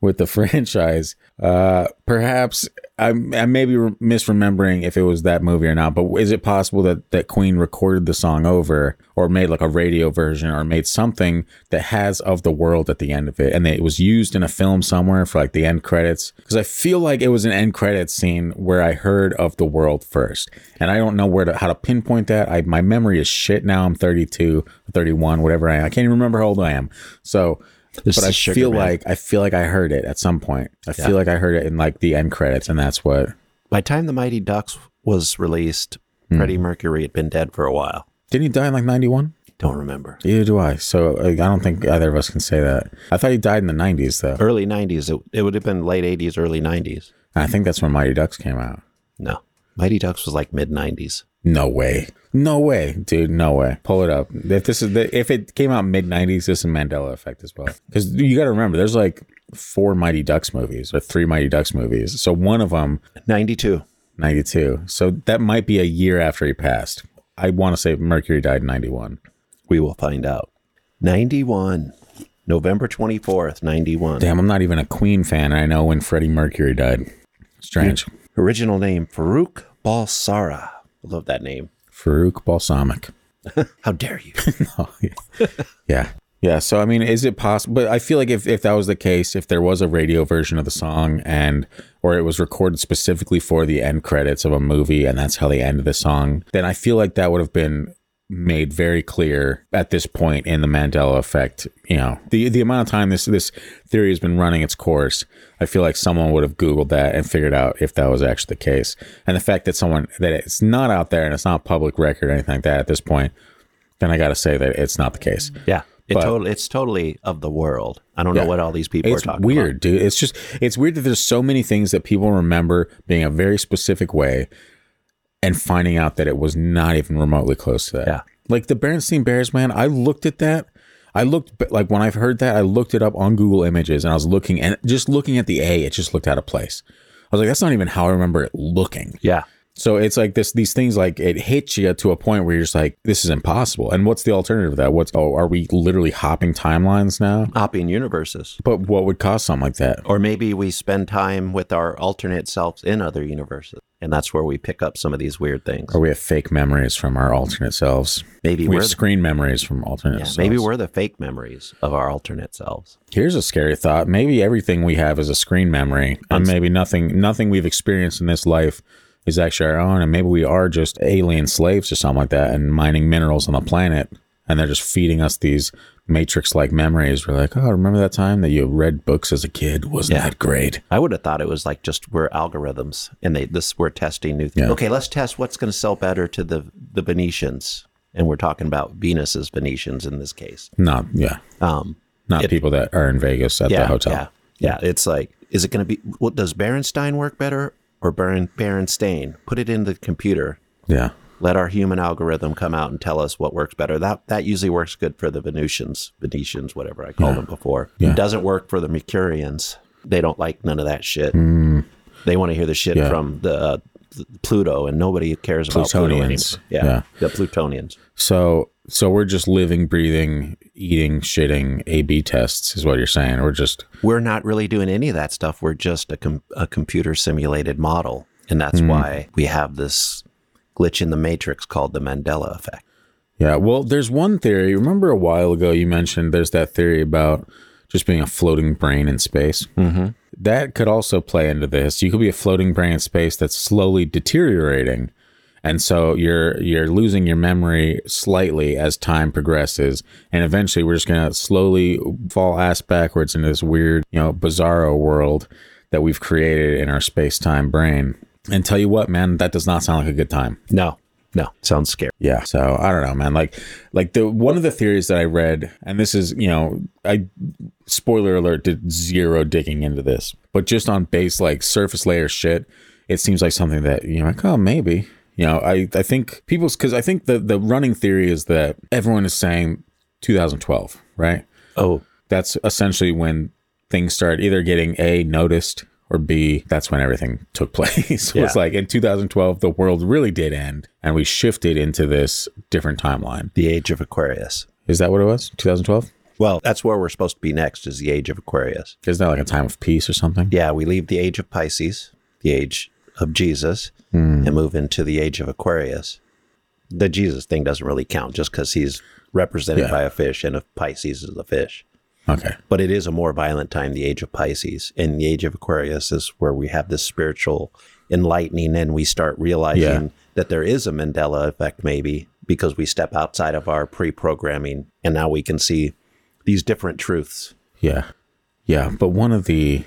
Speaker 2: with the franchise, uh, perhaps I, I may be re- misremembering if it was that movie or not, but is it possible that, that Queen recorded the song over or made like a radio version or made something that has of the world at the end of it and that it was used in a film somewhere for like the end credits? Because I feel like it was an end credits scene where I heard of the world first. And I don't know where to how to pinpoint that. I my memory is shit now. I'm 32, 31, whatever I am. I can't even remember how old I am. So
Speaker 1: This
Speaker 2: but
Speaker 1: is
Speaker 2: I
Speaker 1: Sugar
Speaker 2: feel
Speaker 1: Man.
Speaker 2: like I feel like I heard it at some point. I feel like I heard it in like the end credits, and that's what.
Speaker 1: By the time the Mighty Ducks was released, Freddie Mercury had been dead for a while.
Speaker 2: Didn't he die in like '91?
Speaker 1: Don't remember.
Speaker 2: Either do I. So I I don't think either of us can say that. I thought he died in the '90s though.
Speaker 1: Early 90s. It, it would have been late 80s, early 90s.
Speaker 2: And I think that's when Mighty Ducks came out.
Speaker 1: No. Mighty Ducks was like mid 90s.
Speaker 2: No way. No way, dude. No way. Pull it up. If this is the, if it came out mid '90s, this is Mandela effect as well. Because you got to remember, there's like four Mighty Ducks movies or three Mighty Ducks movies. So one of them
Speaker 1: 92.
Speaker 2: 92. So that might be a year after he passed. I want to say Mercury died in 91.
Speaker 1: We will find out. 91. November 24th, 91.
Speaker 2: Damn, I'm not even a Queen fan. and I know when Freddie Mercury died. Strange.
Speaker 1: Original name Farouk Balsara. Love that name.
Speaker 2: Farouk Balsamic.
Speaker 1: How dare you?
Speaker 2: Yeah. Yeah. So, I mean, is it possible? But I feel like if, if that was the case, if there was a radio version of the song and, or it was recorded specifically for the end credits of a movie and that's how they ended the song, then I feel like that would have been made very clear at this point in the Mandela effect. You know, the, the amount of time this, this theory has been running its course, I feel like someone would have Googled that and figured out if that was actually the case. And the fact that someone, that it's not out there and it's not public record or anything like that at this point, then I got to say that it's not the case.
Speaker 1: Yeah. It
Speaker 2: But-
Speaker 1: totally it's totally of the world. I don't know what all these people
Speaker 2: It's
Speaker 1: are talking
Speaker 2: weird, dude. It's just it's weird that there's so many things that people remember being a very specific way, and finding out that it was not even remotely close to that.
Speaker 1: Yeah.
Speaker 2: Like the Berenstein Bears, man. I looked at that. I looked but, like when I heard that, I looked it up on Google Images, and I was looking and just looking at the A, it just looked out of place. I was like, that's not even how I remember it looking.
Speaker 1: Yeah.
Speaker 2: So it's like this these things like it hits you to a point where you're just like, this is impossible. And what's the alternative to that? What's oh, are we literally hopping timelines now?
Speaker 1: Hopping universes.
Speaker 2: But what would cause something like that?
Speaker 1: Or maybe we spend time with our alternate selves in other universes. And that's where we pick up some of these weird things.
Speaker 2: Or we have fake memories from our alternate selves.
Speaker 1: maybe
Speaker 2: We
Speaker 1: we're
Speaker 2: have
Speaker 1: the,
Speaker 2: screen memories from alternate
Speaker 1: yeah,
Speaker 2: selves.
Speaker 1: maybe we're the fake memories of our alternate selves.
Speaker 2: Here's a scary thought. Maybe everything we have is a screen memory, and maybe nothing nothing we've experienced in this life is actually our own, and maybe we are just alien slaves or something like that, and mining minerals on the planet, and they're just feeding us these matrix-like memories. We're like, oh, remember that time that you read books as a kid? Wasn't
Speaker 1: Yeah.
Speaker 2: that great?
Speaker 1: I would have thought it was like just we're algorithms and they this we're testing new things.
Speaker 2: Yeah.
Speaker 1: Okay, let's test what's going to sell better to the the Venetians. And we're talking about Venus's Venetians in this case.
Speaker 2: Not yeah,
Speaker 1: Um,
Speaker 2: not people that are in Vegas at the hotel.
Speaker 1: Yeah, yeah. It's like, is it going to be? What does Berenstein work better or Beren Berenstain? Put it in the computer.
Speaker 2: yeah.
Speaker 1: Let our human algorithm come out and tell us what works better. That that usually works good for the Venusians, Venetians, whatever I called them before.
Speaker 2: Yeah.
Speaker 1: Doesn't work for the Mercurians. They don't like none of that shit. They want to hear the shit
Speaker 2: Mm. Yeah.
Speaker 1: from the. Uh, th- Pluto and nobody cares about Pluto anymore.
Speaker 2: Plutonians.
Speaker 1: Yeah,
Speaker 2: Yeah.
Speaker 1: the Plutonians.
Speaker 2: So so we're just living, breathing, eating, shitting, A B tests is what you're saying. We're just
Speaker 1: we're not really doing any of that stuff. We're just a, com- a computer simulated model. And that's
Speaker 2: Mm.
Speaker 1: why we have this glitch in the matrix called the Mandela effect.
Speaker 2: Yeah, well, there's one theory. Remember a while ago you mentioned there's that theory about just being a floating brain in space. Mm-hmm. That could also play into this. You could be a floating brain in space that's slowly deteriorating, and so you're you're losing your memory slightly as time progresses, and eventually we're just gonna slowly fall ass backwards into this weird, you know, bizarro world that we've created in our space time brain. And tell you what, man, that does not sound like a good time.
Speaker 1: No, no, sounds scary.
Speaker 2: Yeah. So I don't know, man. Like, like the one of the theories that I read, and this is, you know, I spoiler alert did zero digging into this, but just on base like surface layer shit, it seems like something that you know, like, oh, maybe. You know, I I think people's because I think the the running theory is that everyone is saying 2012, right?
Speaker 1: Oh,
Speaker 2: That's essentially when things started either getting a noticed or b that's when everything took place It
Speaker 1: Yeah.
Speaker 2: was like in 2012 the world really did end and we shifted into this different timeline
Speaker 1: the age of Aquarius.
Speaker 2: is that what it was 2012
Speaker 1: Well, that's where we're supposed to be next is the age of Aquarius.
Speaker 2: isn't that like a time of peace or something
Speaker 1: Yeah, we leave the age of Pisces, the age of Jesus,
Speaker 2: Hmm.
Speaker 1: and move into the age of Aquarius. The Jesus thing doesn't really count just because he's represented
Speaker 2: Yeah.
Speaker 1: by a fish and if Pisces is a fish.
Speaker 2: okay
Speaker 1: but it is a more violent time, the age of Pisces. And the age of Aquarius is where we have this spiritual enlightening and we start realizing
Speaker 2: Yeah.
Speaker 1: that there is a Mandela effect, maybe, because we step outside of our pre programming and now we can see these different truths.
Speaker 2: Yeah. Yeah. But one of the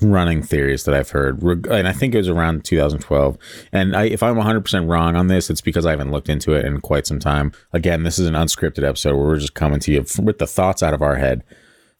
Speaker 2: running theories that I've heard, reg- and I think it was around 2012, and I, if I'm 100% wrong on this, it's because I haven't looked into it in quite some time. Again, this is an unscripted episode where we're just coming to you f- with the thoughts out of our head.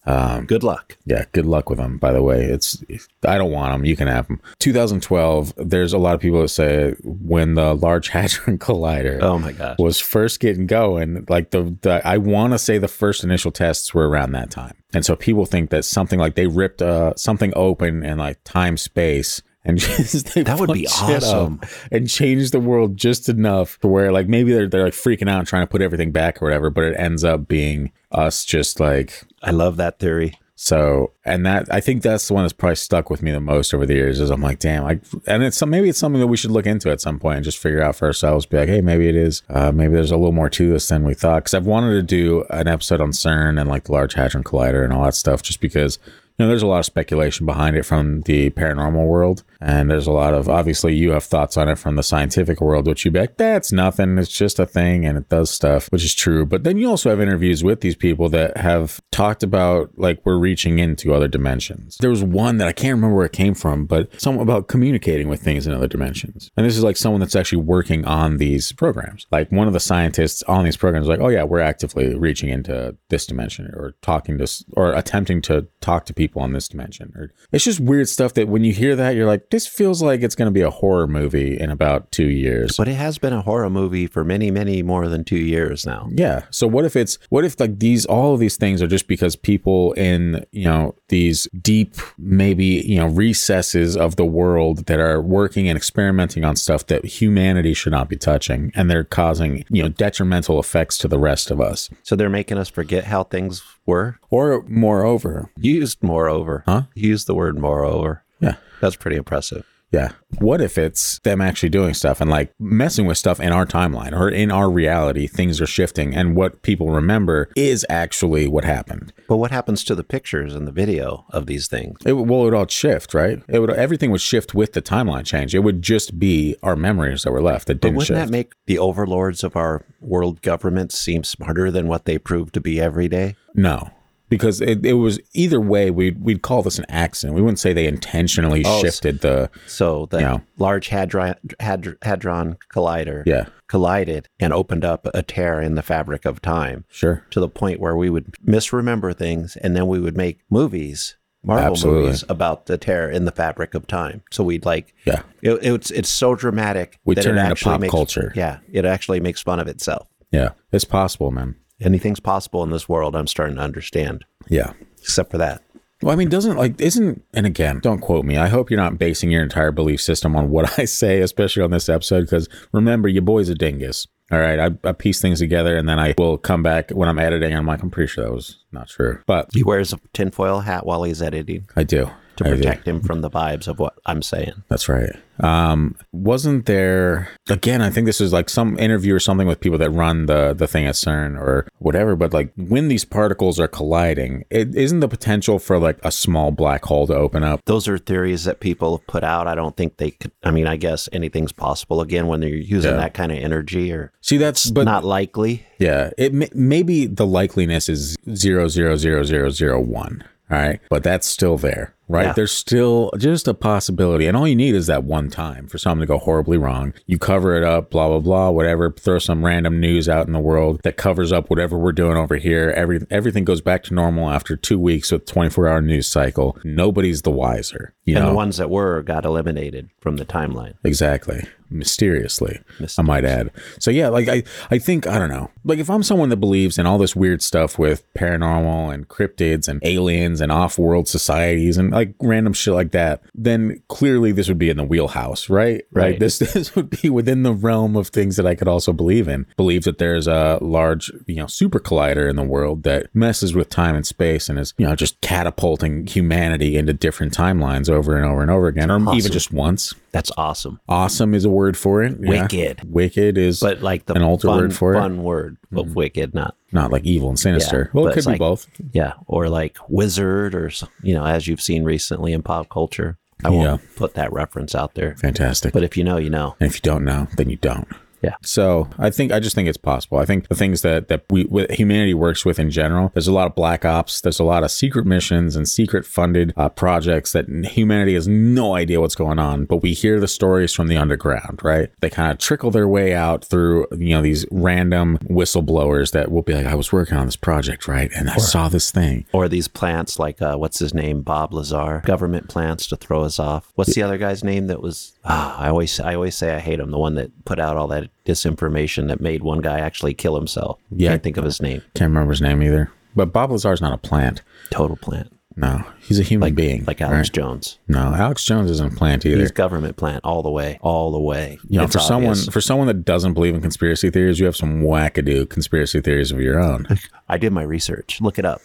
Speaker 2: Um,
Speaker 1: Good luck.
Speaker 2: Yeah, good luck with them. By the way, it's I don't want them. You can have them. 2012. There's a lot of people that say when the Large Hadron Collider
Speaker 1: Oh my gosh.
Speaker 2: was first getting going, like the, the I want to say the first initial tests were around that time, and so people think that something like they ripped uh, something open in like time space. And just they
Speaker 1: That would be
Speaker 2: fucked shit up
Speaker 1: awesome.
Speaker 2: and changed the world just enough to where like maybe they're they're like freaking out and trying to put everything back or whatever, but it ends up being us just like
Speaker 1: I love that theory.
Speaker 2: so, and that I think that's the one that's probably stuck with me the most over the years is I'm like, damn, like, and it's some, maybe it's something that we should look into at some point and just figure out for ourselves. Be like, hey, maybe it is. Uh, maybe there's a little more to this than we thought. Because I've wanted to do an episode on CERN and like the Large Hadron Collider and all that stuff, just because you know there's a lot of speculation behind it from the paranormal world, and there's a lot of obviously you have thoughts on it from the scientific world, which you'd be like, that's nothing. It's just a thing, and it does stuff, which is true. But then you also have interviews with these people that have talked about like we're reaching into other dimensions. There was one that I can't remember where it came from, but something about communicating with things in other dimensions. And this is like someone that's actually working on these programs. Like one of the scientists on these programs, is like, oh yeah, we're actively reaching into this dimension or talking to s- or attempting to talk to people people on this dimension. Or it's just weird stuff that when you hear that, you're like, this feels like it's going to be a horror movie in about two years.
Speaker 1: But it has been a horror movie for many, many more than two years now.
Speaker 2: Yeah. So what if it's what if like these all of these things are just because people in you know these deep maybe you know recesses of the world that are working and experimenting on stuff that humanity should not be touching and they're causing you know detrimental effects to the rest of us.
Speaker 1: So they're making us forget how things were.
Speaker 2: Or moreover,
Speaker 1: You used moreover.
Speaker 2: Huh?
Speaker 1: You used the word moreover.
Speaker 2: yeah.
Speaker 1: That's pretty impressive.
Speaker 2: Yeah. What if it's them actually doing stuff and like messing with stuff in our timeline or in our reality? Things are shifting, and what people remember is actually what happened.
Speaker 1: But what happens to the pictures and the video of these things?
Speaker 2: It would- well, it would all shift, right? It would everything would shift with the timeline change. It would just be our memories that were left that
Speaker 1: But
Speaker 2: didn't
Speaker 1: wouldn't
Speaker 2: shift.
Speaker 1: that make the overlords of our world government seem smarter than what they prove to be every day?
Speaker 2: no, because it, it was either way. We'd we'd call this an accident. We wouldn't say they intentionally
Speaker 1: Oh, s-
Speaker 2: shifted the.
Speaker 1: So the
Speaker 2: Yeah.
Speaker 1: Large Hadron, Hadr- Hadron Collider
Speaker 2: Yeah,
Speaker 1: collided and opened up a tear in the fabric of time
Speaker 2: sure.
Speaker 1: to the point where we would misremember things and then we would make movies, Marvel
Speaker 2: Absolutely.
Speaker 1: movies about the tear in the fabric of time. So we'd like,
Speaker 2: Yeah.
Speaker 1: it, it's, it's so dramatic.
Speaker 2: We
Speaker 1: that
Speaker 2: turn it into
Speaker 1: actually
Speaker 2: pop
Speaker 1: makes-
Speaker 2: culture.
Speaker 1: Yeah. It actually makes fun of itself.
Speaker 2: Yeah, it's possible, man.
Speaker 1: Anything's possible in this world, I'm starting to understand,
Speaker 2: Yeah.
Speaker 1: except for that.
Speaker 2: Well, I mean, doesn't like isn't and again, don't quote me. I hope you're not basing your entire belief system on what I say, especially on this episode, because remember, your boy's a dingus. All right, I, I piece things together, and then I will come back when I'm editing. I'm like, I'm pretty sure that was not true, but
Speaker 1: He wears a tinfoil hat while he's editing
Speaker 2: I do
Speaker 1: to
Speaker 2: I do.
Speaker 1: protect him from the vibes of what I'm saying.
Speaker 2: That's right. Um, wasn't there again? I think this is like some interview or something with people that run the the thing at CERN or whatever. But like when these particles are colliding, it isn't the potential for like a small black hole to open up.
Speaker 1: Those are theories that people have put out. I don't think they could. I mean, I guess anything's possible again when they're using
Speaker 2: Yeah.
Speaker 1: that kind of energy or
Speaker 2: See, that's but
Speaker 1: not likely.
Speaker 2: Yeah, it may, maybe the likeliness is zero zero zero zero zero one. All right, but that's still there, right?
Speaker 1: Yeah.
Speaker 2: There's still just a possibility, and all you need is that one time for something to go horribly wrong. You cover it up, blah blah blah, whatever. Throw some random news out in the world that covers up whatever we're doing over here. Every everything goes back to normal after two weeks with 24 hour news cycle. Nobody's the wiser, you
Speaker 1: And
Speaker 2: know.
Speaker 1: the ones that were got eliminated from the timeline.
Speaker 2: Exactly. Mysteriously, I might add. So yeah, like I, I think I don't know. Like if I'm someone that believes in all this weird stuff with paranormal and cryptids and aliens and off-world societies and like random shit like that, then clearly this would be in the wheelhouse, right? Like,
Speaker 1: Right.
Speaker 2: This this would be within the realm of things that I could also believe in. Believe that there's a large, you know, super collider in the world that messes with time and space and is, you know, just catapulting humanity into different timelines over and over and over again, or even
Speaker 1: Awesome.
Speaker 2: just once.
Speaker 1: That's awesome.
Speaker 2: Awesome is a word for it. yeah.
Speaker 1: Wicked.
Speaker 2: Wicked is
Speaker 1: But like the
Speaker 2: An alter
Speaker 1: fun,
Speaker 2: word for it? Mm-hmm.
Speaker 1: fun word of wicked, not
Speaker 2: not like evil and sinister.
Speaker 1: Yeah,
Speaker 2: well,
Speaker 1: but
Speaker 2: it could
Speaker 1: it's
Speaker 2: be
Speaker 1: like-
Speaker 2: both.
Speaker 1: yeah, or like wizard or some- you know, as you've seen recently in pop culture. I won't put that reference out there,
Speaker 2: Fantastic.
Speaker 1: but if you know, you know.
Speaker 2: and if you don't know, then you don't.
Speaker 1: Yeah.
Speaker 2: So I think I just think it's possible. I think the things that that we with humanity works with in general. There's a lot of black ops. There's a lot of secret missions and secret funded uh, projects that humanity has no idea what's going on. But we hear the stories from the underground, right? They kind of trickle their way out through you know these random whistleblowers that will be like, I was working on this project, right? And I saw this thing.
Speaker 1: Or these plants like uh, what's his name, Bob Lazar, government plants to throw us off. What's the other guy's name that was? ah, I always I always say I hate him. The one that put out all that disinformation that made one guy actually kill himself.
Speaker 2: Yeah.
Speaker 1: Can't think of his name.
Speaker 2: Can't remember his name either. But Bob Lazar's not a plant.
Speaker 1: Total plant,
Speaker 2: No, he's a human being.
Speaker 1: like Alex
Speaker 2: right?
Speaker 1: Jones.
Speaker 2: No, Alex Jones isn't a plant either.
Speaker 1: He's government plant all the way, all the way.
Speaker 2: you know,
Speaker 1: It's
Speaker 2: for someone
Speaker 1: obvious.
Speaker 2: for someone that doesn't believe in conspiracy theories, you have some wackadoo conspiracy theories of your own.
Speaker 1: I did my research. Look it up.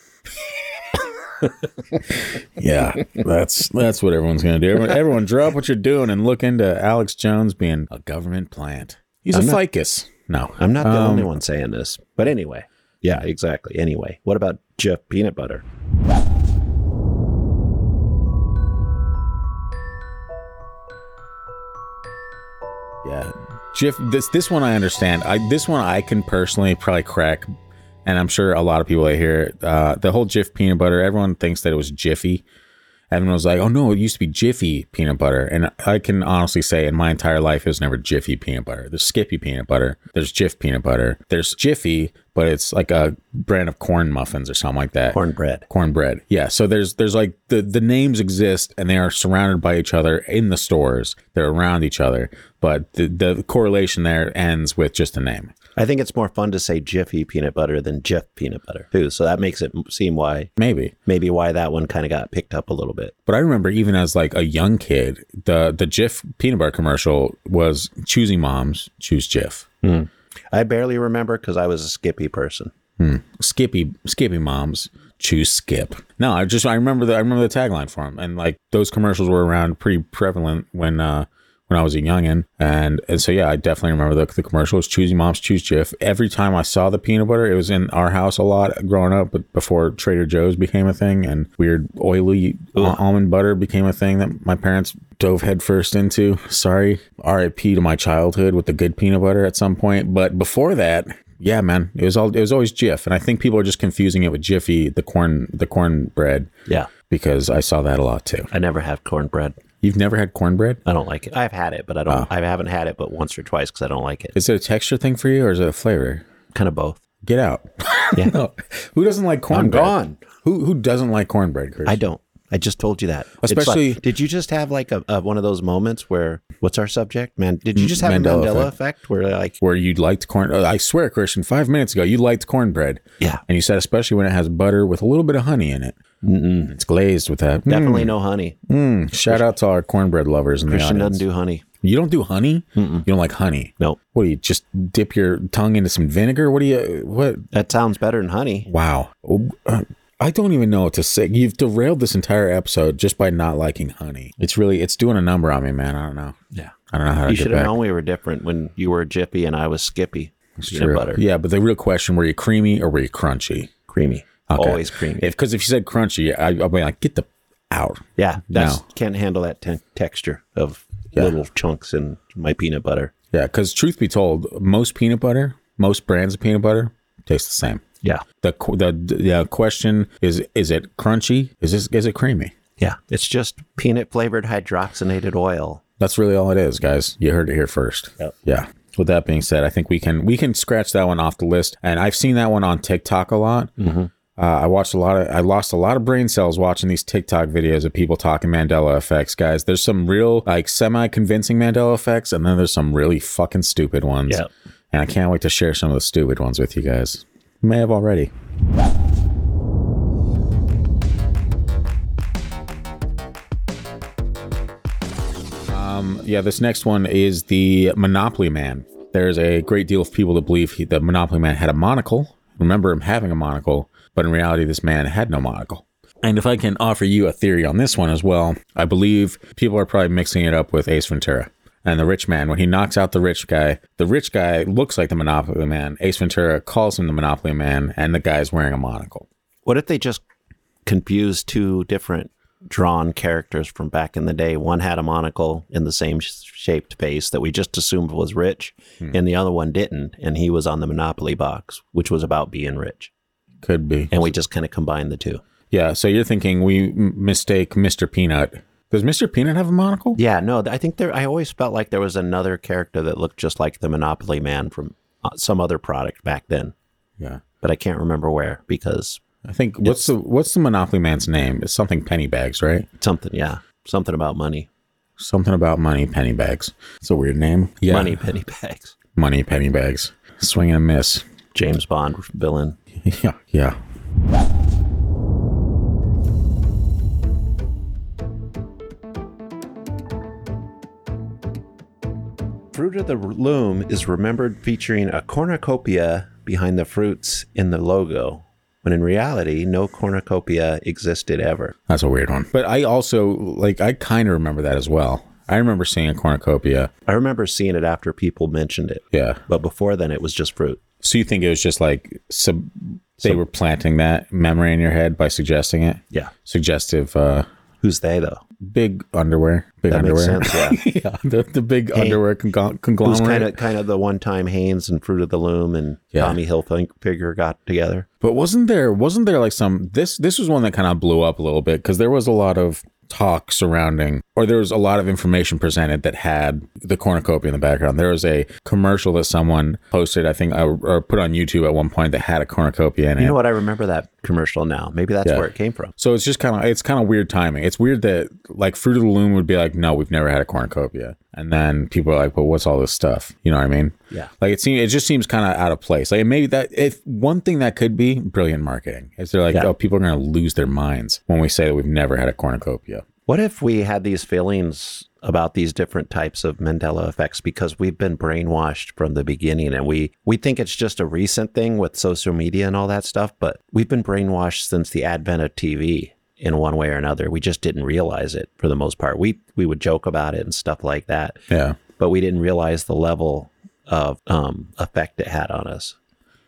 Speaker 2: yeah, that's that's what everyone's gonna do. Everyone, everyone, drop what you're doing and look into Alex Jones being a government plant. He's a ficus. No,
Speaker 1: I'm not the only one saying this, but anyway. Yeah, exactly. Anyway, what about Jeff Peanut Butter?
Speaker 2: Yeah, Jeff. This this one I understand. I this one I can personally probably crack, and I'm sure a lot of people that hear it. Uh, the whole Jif peanut butter. Everyone thinks that it was Jiffy. Everyone was like, "Oh no, it used to be Jiffy peanut butter." And I can honestly say, in my entire life, it was never Jiffy peanut butter. There's Skippy peanut butter. There's Jif peanut butter. There's Jiffy. but it's like a brand of corn muffins or something like that.
Speaker 1: Cornbread.
Speaker 2: cornbread. Yeah. So there's there's like the the names exist and they are surrounded by each other in the stores. They're around each other, but the the correlation there ends with just a name.
Speaker 1: I think it's more fun to say Jiffy peanut butter than Jif peanut butter too. So that makes it seem why
Speaker 2: Maybe.
Speaker 1: maybe why that one kind of got picked up a little bit.
Speaker 2: But I remember even as like a young kid, the the Jif peanut butter commercial was choosing moms, choose Jif.
Speaker 1: I barely remember because I was a Skippy person.
Speaker 2: Skippy Skippy moms choose Skip. No, I just I remember the I remember the tagline for him, and like those commercials were around pretty prevalent when uh when I was a youngin, and and so yeah, I definitely remember the the commercials. Choosing moms choose Jif. Every time I saw the peanut butter, it was in our house a lot growing up, but before Trader Joe's became a thing and weird oily al- almond butter became a thing that my parents dove headfirst into. Sorry, R.I.P. to my childhood with the good peanut butter at some point, but before that. Yeah, man. It was all it was always Jif, and I think people are just confusing it with Jiffy, the corn, the cornbread,
Speaker 1: Yeah,
Speaker 2: because I saw that a lot too.
Speaker 1: I never have cornbread.
Speaker 2: You've never had cornbread?
Speaker 1: I don't like it. I've had it, but I don't. I haven't had it but once or twice because I don't like it.
Speaker 2: Is it a texture thing for you, or is it a flavor?
Speaker 1: Kind of both.
Speaker 2: Get out.
Speaker 1: Yeah.
Speaker 2: no. Who doesn't like cornbread?
Speaker 1: gone.
Speaker 2: Who who doesn't like cornbread, Chris?
Speaker 1: I don't. I just told you that. It's
Speaker 2: Especially-
Speaker 1: like, did you just have like a, a one of those moments where what's our subject, man? Did you just have
Speaker 2: Mandela
Speaker 1: a Mandela
Speaker 2: effect.
Speaker 1: effect, where like
Speaker 2: Where you liked corn uh, I swear, Christian, five minutes ago you liked cornbread.
Speaker 1: yeah,
Speaker 2: And you said especially when it has butter with a little bit of honey in it. Mm-mm. It's glazed with that. Mm.
Speaker 1: definitely no honey.
Speaker 2: Shout out to our cornbread lovers in
Speaker 1: Christian
Speaker 2: the
Speaker 1: doesn't
Speaker 2: audience.
Speaker 1: do honey.
Speaker 2: you don't do honey? You don't like honey?
Speaker 1: No,
Speaker 2: What do you just dip your tongue into some vinegar? What do you what?
Speaker 1: that sounds better than honey.
Speaker 2: Wow. Oh, uh, I don't even know what to say. You've derailed this entire episode just by not liking honey. It's really it's doing a number on me, man. I don't know.
Speaker 1: Yeah.
Speaker 2: I don't know how to
Speaker 1: You
Speaker 2: get
Speaker 1: should have
Speaker 2: back.
Speaker 1: known we were different when you were Jippy and I was Skippy. Peanut
Speaker 2: True.
Speaker 1: butter,
Speaker 2: Yeah, but the real question: Were you creamy or were you crunchy?
Speaker 1: creamy,
Speaker 2: Okay.
Speaker 1: always creamy.
Speaker 2: If because if you said crunchy, I, I'd be like, get the out.
Speaker 1: yeah, that's
Speaker 2: No.
Speaker 1: can't handle that te- texture of little chunks in my peanut butter.
Speaker 2: Yeah, because truth be told, most peanut butter, most brands of peanut butter, taste the same.
Speaker 1: Yeah,
Speaker 2: The qu- the the question is: Is it crunchy? Is this is it creamy?
Speaker 1: yeah, it's just peanut flavored hydrogenated oil.
Speaker 2: That's really all it is, guys. You heard it here first.
Speaker 1: Yep.
Speaker 2: Yeah. With that being said, I think we can we can scratch that one off the list. And I've seen that one on TikTok a lot. Mm-hmm. Uh, I watched a lot of I lost a lot of brain cells watching these TikTok videos of people talking Mandela effects, guys. There's some real like semi convincing Mandela effects, and then there's some really fucking stupid ones.
Speaker 1: Yep.
Speaker 2: And I can't wait to share some of the stupid ones with you guys. May have already. Yeah, this next one is the Monopoly Man. There's a great deal of people that believe he, the Monopoly Man had a monocle. Remember him having a monocle, but in reality, this man had no monocle. And if I can offer you a theory on this one as well, I believe people are probably mixing it up with Ace Ventura and the rich man. When he knocks out the rich guy, the rich guy looks like the Monopoly Man. Ace Ventura calls him the Monopoly Man, and the guy's wearing a monocle.
Speaker 1: What if they just confused two different drawn characters from back in the day? One had a monocle in the same sh- shaped face that we just assumed was rich, and the other one didn't, and he was on the Monopoly box, which was about being rich.
Speaker 2: Could be.
Speaker 1: And we just kind of combined the two.
Speaker 2: Yeah, so you're thinking we m- mistake Mr. Peanut. Does Mr. Peanut have a monocle?
Speaker 1: Yeah, no, th- I think there. I always felt like there was another character that looked just like the Monopoly Man from uh, some other product back then,
Speaker 2: Yeah.
Speaker 1: but I can't remember where because
Speaker 2: I think what's the what's the Monopoly man's name? It's something Pennybags, right?
Speaker 1: something. Yeah, something about money,
Speaker 2: Something about money Pennybags. It's a weird name. Yeah,
Speaker 1: money penny bags.
Speaker 2: money Pennybags. Swing and a miss.
Speaker 1: James Bond villain.
Speaker 2: yeah, yeah.
Speaker 1: Fruit of the Loom is remembered featuring a cornucopia behind the fruits in the logo, when in reality, no cornucopia existed ever.
Speaker 2: That's a weird one. But I also like I kind of remember that as well. I remember seeing a cornucopia.
Speaker 1: I remember seeing it after people mentioned it,
Speaker 2: Yeah.
Speaker 1: but before then, it was just fruit.
Speaker 2: So you think it was just like sub they were planting that memory in your head by suggesting it?
Speaker 1: Yeah.
Speaker 2: Suggestive uh
Speaker 1: Who's they though?
Speaker 2: big underwear. Big
Speaker 1: That makes
Speaker 2: underwear.
Speaker 1: sense. Yeah.
Speaker 2: yeah. The, the big underwear congl- conglomerate.
Speaker 1: Who's kind of kind of the one time Haynes and Fruit of the Loom and
Speaker 2: Yeah.
Speaker 1: Tommy Hilfiger got together.
Speaker 2: But wasn't there wasn't there like some this this was one that kind of blew up a little bit because there was a lot of talk surrounding, or there was a lot of information presented that had the cornucopia in the background. There was a commercial that someone posted, I think, uh, or or put on YouTube at one point that had a cornucopia in it.
Speaker 1: You know what? I remember that commercial now. Maybe that's
Speaker 2: Yeah.
Speaker 1: where it came from.
Speaker 2: So it's just kind of it's kind of weird timing. It's weird that like Fruit of the Loom would be like, no, we've never had a cornucopia, and then people are like, well, what's all this stuff? You know what I mean?
Speaker 1: Yeah.
Speaker 2: Like it seems it just seems kind of out of place. Like maybe that if one thing that could be brilliant marketing is they're like,
Speaker 1: Yeah.
Speaker 2: oh, people are going to lose their minds when we say that we've never had a cornucopia.
Speaker 1: What if we had these feelings about these different types of Mandela effects because we've been brainwashed from the beginning and we we think it's just a recent thing with social media and all that stuff, but we've been brainwashed since the advent of TV in one way or another. We just didn't realize it for the most part. We we would joke about it and stuff like that,
Speaker 2: Yeah.
Speaker 1: but we didn't realize the level of um, effect it had on us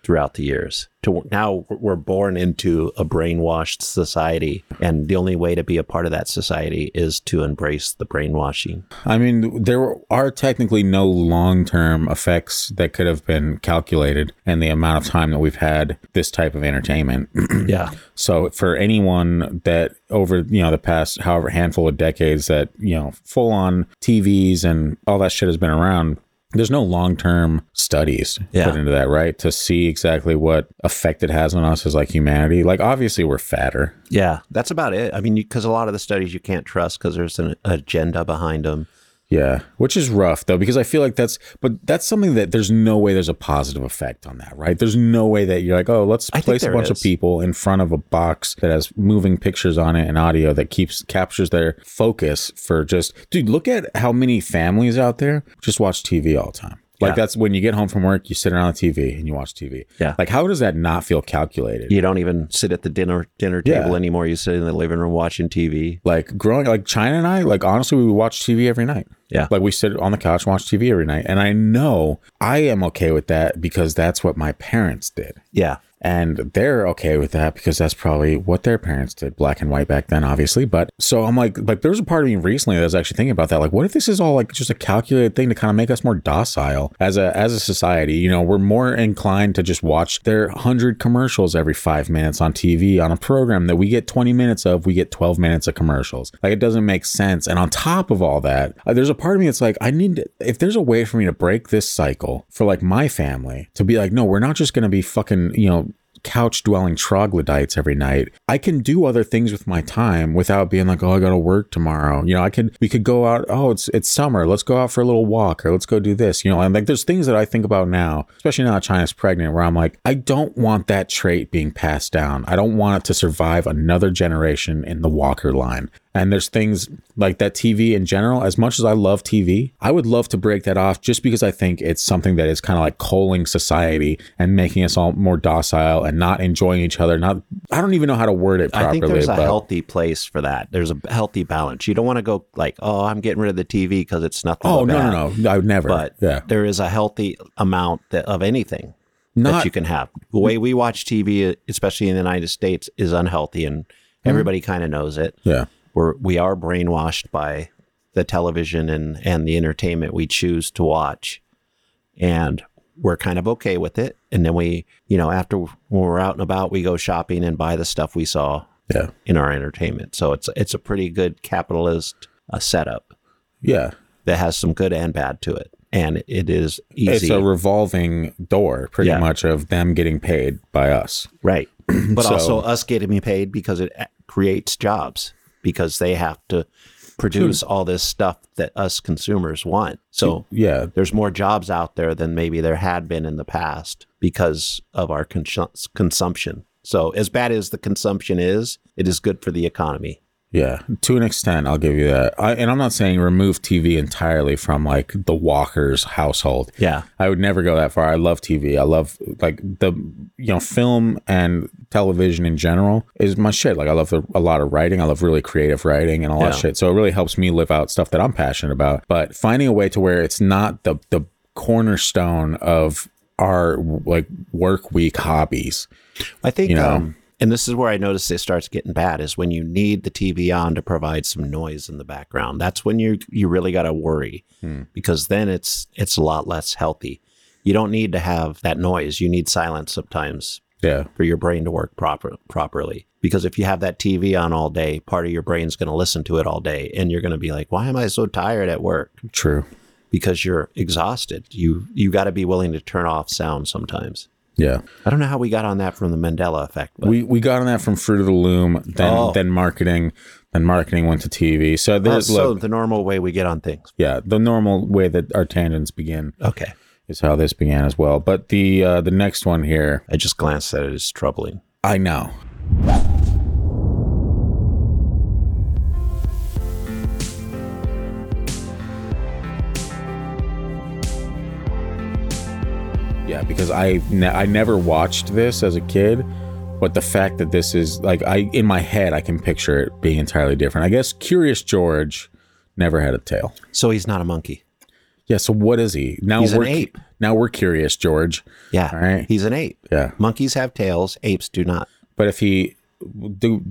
Speaker 1: throughout the years. To now, we're born into a brainwashed society, and the only way to be a part of that society is to embrace the brainwashing.
Speaker 2: I mean, there are technically no long term effects that could have been calculated in the amount of time that we've had this type of entertainment.
Speaker 1: Yeah,
Speaker 2: So for anyone that over you know the past however handful of decades that you know full on TVs and all that shit has been around, there's no long term studies
Speaker 1: Yeah.
Speaker 2: put into that right to see exactly what effect it has on us as like humanity. Like obviously we're fatter.
Speaker 1: yeah, that's about it. I mean, because a lot of the studies you can't trust because there's an agenda behind them.
Speaker 2: Yeah, which is rough though because I feel like that's but that's something that there's no way there's a positive effect on that, right? There's no way that you're like, "Oh, let's
Speaker 1: I think
Speaker 2: place a
Speaker 1: there
Speaker 2: bunch of
Speaker 1: is.
Speaker 2: people in front of a box that has moving pictures on it and audio that keeps captures their focus for just Dude, look at how many families out there just watch TV all the time. Like
Speaker 1: Yeah.
Speaker 2: that's when you get home from work, you sit around the TV and you watch TV.
Speaker 1: Yeah.
Speaker 2: Like how does that not feel calculated?
Speaker 1: You don't even sit at the dinner dinner
Speaker 2: Yeah.
Speaker 1: table anymore. You sit in the living room watching TV.
Speaker 2: like growing like China and I, like honestly, we would watch TV every night.
Speaker 1: Yeah.
Speaker 2: Like we sit on the couch and watch TV every night. And I know I am okay with that because that's what my parents did.
Speaker 1: Yeah,
Speaker 2: And they're okay with that because that's probably what their parents did, black and white back then, obviously. But so I'm like, like there was a part of me recently that was actually thinking about that. Like, what if this is all like just a calculated thing to kind of make us more docile as a as a society? You know, we're more inclined to just watch their hundred commercials every five minutes on TV on a program that we get 20 minutes of, we get 12 minutes of commercials. Like it doesn't make sense. And on top of all that, uh, there's a part of me that's like, I need to, if there's a way for me to break this cycle for like my family to be like, no, we're not just gonna be fucking, you know couch dwelling troglodytes every night. I can do other things with my time without being like, oh, I gotta work tomorrow. You know, I could we could go out, oh, it's it's summer. Let's go out for a little walk or let's go do this. You know, and like there's things that I think about now, especially now that China's pregnant, where I'm like, I don't want that trait being passed down. I don't want it to survive another generation in the walker line. And there's things like that TV in general, as much as I love TV, I would love to break that off just because I think it's something that is kind of like culling society and making us all more docile and not enjoying each other. Not, I don't even know how to word it properly.
Speaker 1: I think there's a
Speaker 2: but
Speaker 1: healthy place for that. There's a healthy balance. You don't want to go like, oh, I'm getting rid of the TV because it's nothing.
Speaker 2: oh,
Speaker 1: but
Speaker 2: no,
Speaker 1: bad."
Speaker 2: no, no. I would never.
Speaker 1: But
Speaker 2: yeah.
Speaker 1: there is a healthy amount that, of anything
Speaker 2: Not-
Speaker 1: that you can have. The way we watch TV, especially in the United States, is unhealthy, and
Speaker 2: Mm-hmm.
Speaker 1: everybody kind of knows it.
Speaker 2: Yeah.
Speaker 1: We're we are brainwashed by the television and and the entertainment we choose to watch, and we're kind of okay with it. And then we, you know, after when we're out and about, we go shopping and buy the stuff we saw
Speaker 2: Yeah.
Speaker 1: in our entertainment. So it's it's a pretty good capitalist uh, setup
Speaker 2: Yeah.
Speaker 1: that has some good and bad to it, and it is
Speaker 2: It's
Speaker 1: easy,
Speaker 2: a revolving door, pretty
Speaker 1: Yeah.
Speaker 2: much, of them getting paid by us.
Speaker 1: right? But
Speaker 2: So-
Speaker 1: also us getting paid because it a- creates jobs because they have to produce all this stuff that us consumers want. So
Speaker 2: Yeah.
Speaker 1: there's more jobs out there than maybe there had been in the past because of our consum- consumption. So as bad as the consumption is, it is good for the economy.
Speaker 2: Yeah, to an extent, I'll give you that. I, and I'm not saying remove TV entirely from like the Walker's household.
Speaker 1: Yeah.
Speaker 2: I would never go that far. I love TV. I love like the you know film and television in general is my shit. Like I love the, a lot of writing. I love really creative writing and all that
Speaker 1: Yeah.
Speaker 2: shit. So it really helps me live out stuff that I'm passionate about. But finding a way to where it's not the the cornerstone of our like work week hobbies.
Speaker 1: I think,
Speaker 2: You know?
Speaker 1: um, and this is where I notice it starts getting bad is when you need the TV on to provide some noise in the background. That's when you you really got to worry
Speaker 2: Hmm.
Speaker 1: because then it's it's a lot less healthy. You don't need to have that noise. You need silence sometimes
Speaker 2: Yeah.
Speaker 1: for your brain to work proper properly. Because if you have that TV on all day, part of your brain's going to listen to it all day, and you're going to be like, "Why am I so tired at work?"
Speaker 2: True.
Speaker 1: Because you're exhausted. You you got to be willing to turn off sound sometimes.
Speaker 2: Yeah.
Speaker 1: I don't know how we got on that from the Mandela effect, but
Speaker 2: We we got on that from Fruit of the Loom, then
Speaker 1: Oh.
Speaker 2: then marketing, then marketing went to TV. So
Speaker 1: that's
Speaker 2: there's
Speaker 1: so
Speaker 2: look,
Speaker 1: the normal way we get on things.
Speaker 2: yeah, the normal way that our tangents begin
Speaker 1: Okay,
Speaker 2: is how this began as well. But the uh, the next one here,
Speaker 1: I just glanced at it. It's troubling.
Speaker 2: I know. Yeah, because I ne- I never watched this as a kid, but the fact that this is like I in my head I can picture it being entirely different. I guess Curious George never had a tail.
Speaker 1: So he's not a monkey.
Speaker 2: Yeah, so what is he? Now
Speaker 1: He's an
Speaker 2: we're
Speaker 1: ape.
Speaker 2: now we're Curious George.
Speaker 1: Yeah,
Speaker 2: All right.
Speaker 1: he's an ape.
Speaker 2: Yeah.
Speaker 1: Monkeys have tails. Apes do not.
Speaker 2: But if he do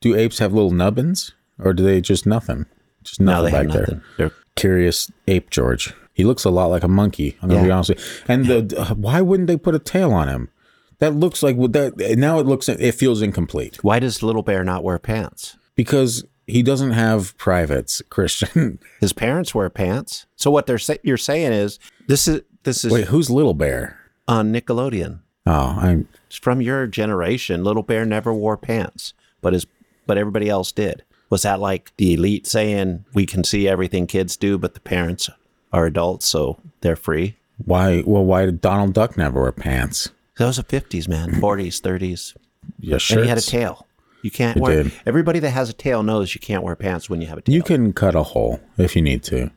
Speaker 2: do apes have little nubbins or do they just nothing? Just nothing
Speaker 1: No, they
Speaker 2: back
Speaker 1: have nothing.
Speaker 2: there.
Speaker 1: They're
Speaker 2: Curious ape George. He looks a lot like a monkey. I'm gonna be
Speaker 1: Yeah.
Speaker 2: honest. With you. And the why wouldn't they put a tail on him? That looks like would that now it looks it feels incomplete
Speaker 1: Why does Little Bear not wear pants?
Speaker 2: because he doesn't have privates. Christian,
Speaker 1: His parents wear pants. So what they're say- you're saying is this is this is
Speaker 2: wait, who's Little Bear?
Speaker 1: on Nickelodeon.
Speaker 2: Oh, I'm
Speaker 1: It's from your generation. Little Bear never wore pants, but his but everybody else did. Was that like the elite saying we can see everything kids do, but the parents are adults, so they're free?
Speaker 2: why? Well, why did Donald Duck never wear pants?
Speaker 1: That was the fifties, man. Forties, thirties.
Speaker 2: Yeah,
Speaker 1: And
Speaker 2: sure.
Speaker 1: he had a tail. You can't wear
Speaker 2: did.
Speaker 1: everybody that has a tail knows you can't wear pants when you have a tail.
Speaker 2: You can cut a hole if you need to.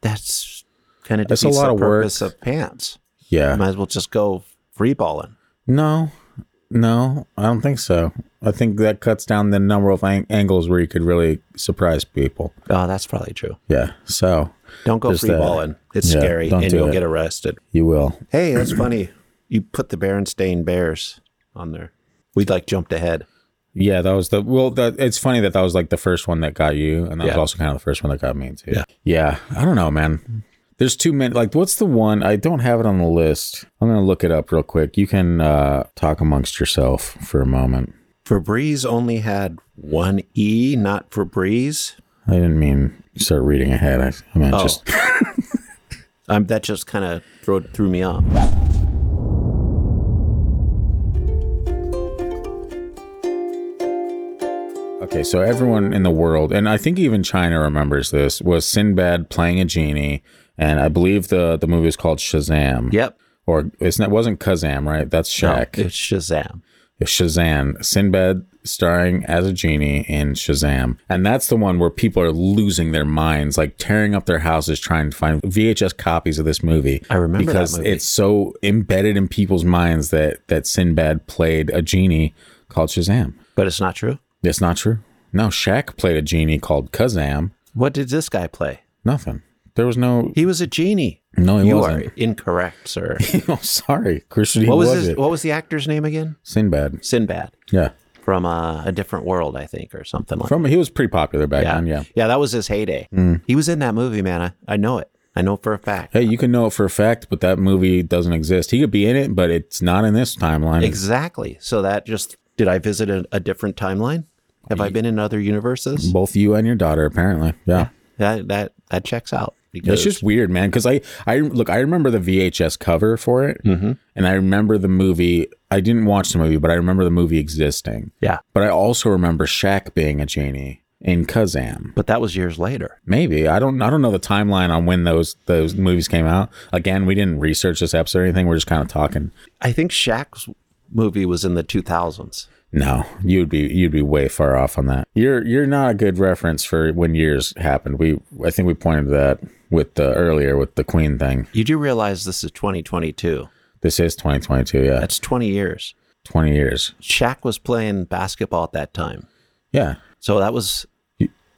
Speaker 1: That's kind of
Speaker 2: That's a
Speaker 1: defeats
Speaker 2: lot
Speaker 1: the
Speaker 2: of work.
Speaker 1: purpose of pants.
Speaker 2: Yeah.
Speaker 1: Might as well just go free balling.
Speaker 2: No, no, I don't think so. I think that cuts down the number of ang- angles where you could really surprise people.
Speaker 1: Oh, that's probably true.
Speaker 2: Yeah, so
Speaker 1: Don't go
Speaker 2: Just
Speaker 1: free
Speaker 2: that.
Speaker 1: balling. It's
Speaker 2: Yeah,
Speaker 1: scary
Speaker 2: don't
Speaker 1: and
Speaker 2: do
Speaker 1: you'll
Speaker 2: it.
Speaker 1: get arrested.
Speaker 2: you will.
Speaker 1: Hey, that's funny. You put the Berenstain Bears on there. We like jumped ahead.
Speaker 2: Yeah, that was the well. That it's funny that that was like the first one that got you, and that was
Speaker 1: Yeah.
Speaker 2: also kind of the first one that got me too.
Speaker 1: Yeah.
Speaker 2: yeah. I don't know, man. There's too many. Like, what's the one? I don't have it on the list. I'm gonna look it up real quick. You can uh, talk amongst yourself for a moment.
Speaker 1: Febreze only had one E, not Febreze.
Speaker 2: I didn't mean start reading ahead. I, I meant
Speaker 1: Oh.
Speaker 2: just
Speaker 1: Um, that just kind of threw, threw me off.
Speaker 2: Okay, so everyone in the world, and I think even China remembers this, was Sinbad playing a genie, and I believe the the movie is called Shazam.
Speaker 1: Yep.
Speaker 2: Or it's not, it wasn't Kazam, right? That's
Speaker 1: No,
Speaker 2: Shaq.
Speaker 1: it's Shazam.
Speaker 2: It's Shazam. Sinbad starring as a genie in Shazam. And that's the one where people are losing their minds, like tearing up their houses trying to find VHS copies of this movie.
Speaker 1: I remember that
Speaker 2: because
Speaker 1: movie.
Speaker 2: it's so embedded in people's minds that that Sinbad played a genie called Shazam.
Speaker 1: But it's not true.
Speaker 2: That's not true. No, Shaq played a genie called Kazam.
Speaker 1: What did this guy play?
Speaker 2: Nothing. There was no.
Speaker 1: He was a genie.
Speaker 2: No, he
Speaker 1: you are
Speaker 2: wasn't.
Speaker 1: incorrect, sir.
Speaker 2: oh, sorry, Christian. He
Speaker 1: What was,
Speaker 2: was,
Speaker 1: his,
Speaker 2: it?
Speaker 1: what was the actor's name again?
Speaker 2: Sinbad.
Speaker 1: Sinbad
Speaker 2: Yeah.
Speaker 1: from uh, a different world, I think, or something like.
Speaker 2: From he was pretty popular back then. Yeah. Hmm.
Speaker 1: that was his heyday. He was in that movie, man. I, I know it. I know for a fact.
Speaker 2: Hey, you can know it for a fact, but that movie doesn't exist. He could be in it, but it's not in this timeline.
Speaker 1: Exactly. So that just did I visit a, a different timeline? Have I been in other universes?
Speaker 2: Both you and your daughter, apparently. Yeah.
Speaker 1: That that that checks out.
Speaker 2: It's
Speaker 1: Because
Speaker 2: just weird, man. Because I, I look, I remember the VHS cover for it,
Speaker 1: Mm-hmm.
Speaker 2: and I remember the movie. I didn't watch the movie, but I remember the movie existing.
Speaker 1: yeah,
Speaker 2: But I also remember Shaq being a genie in Kazam.
Speaker 1: but that was years later.
Speaker 2: Maybe I don't. I don't know the timeline on when those those movies came out. Again, we didn't research this episode or anything. We're just kind of talking.
Speaker 1: I think Shaq's movie was in the two thousands.
Speaker 2: No, you'd be you'd be way far off on that. You're you're not a good reference for when years happened. We I think we pointed to that with the earlier with the Queen thing.
Speaker 1: You do realize this is twenty twenty two.
Speaker 2: This is 2022. Yeah,
Speaker 1: That's twenty years.
Speaker 2: 20 years.
Speaker 1: Shaq was playing basketball at that time.
Speaker 2: Yeah.
Speaker 1: So that was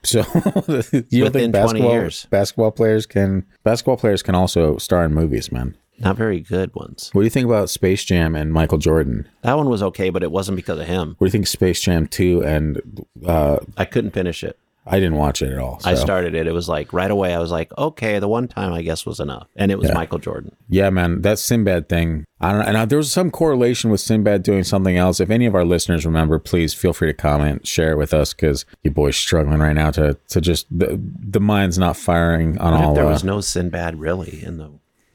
Speaker 2: So you don't
Speaker 1: Within 20
Speaker 2: think basketball
Speaker 1: years.
Speaker 2: basketball players can basketball players can also star in movies, man.
Speaker 1: not very good ones.
Speaker 2: What do you think about Space Jam and Michael Jordan?
Speaker 1: That one was okay, but it wasn't because of him.
Speaker 2: What do you think Space Jam 2 and uh,
Speaker 1: I couldn't finish it.
Speaker 2: I didn't watch it at all.
Speaker 1: I
Speaker 2: so.
Speaker 1: started it. It was like right away. I was like, okay, the one time I guess was enough, and it was
Speaker 2: Yeah.
Speaker 1: Michael Jordan.
Speaker 2: Yeah, man, that Sinbad thing. I don't. And I, there was some correlation with Sinbad doing something else. If any of our listeners remember, please feel free to comment, share it with us, because your boy's struggling right now to to just the the mind's not firing on
Speaker 1: What if
Speaker 2: all
Speaker 1: there
Speaker 2: uh,
Speaker 1: was no Sinbad really in the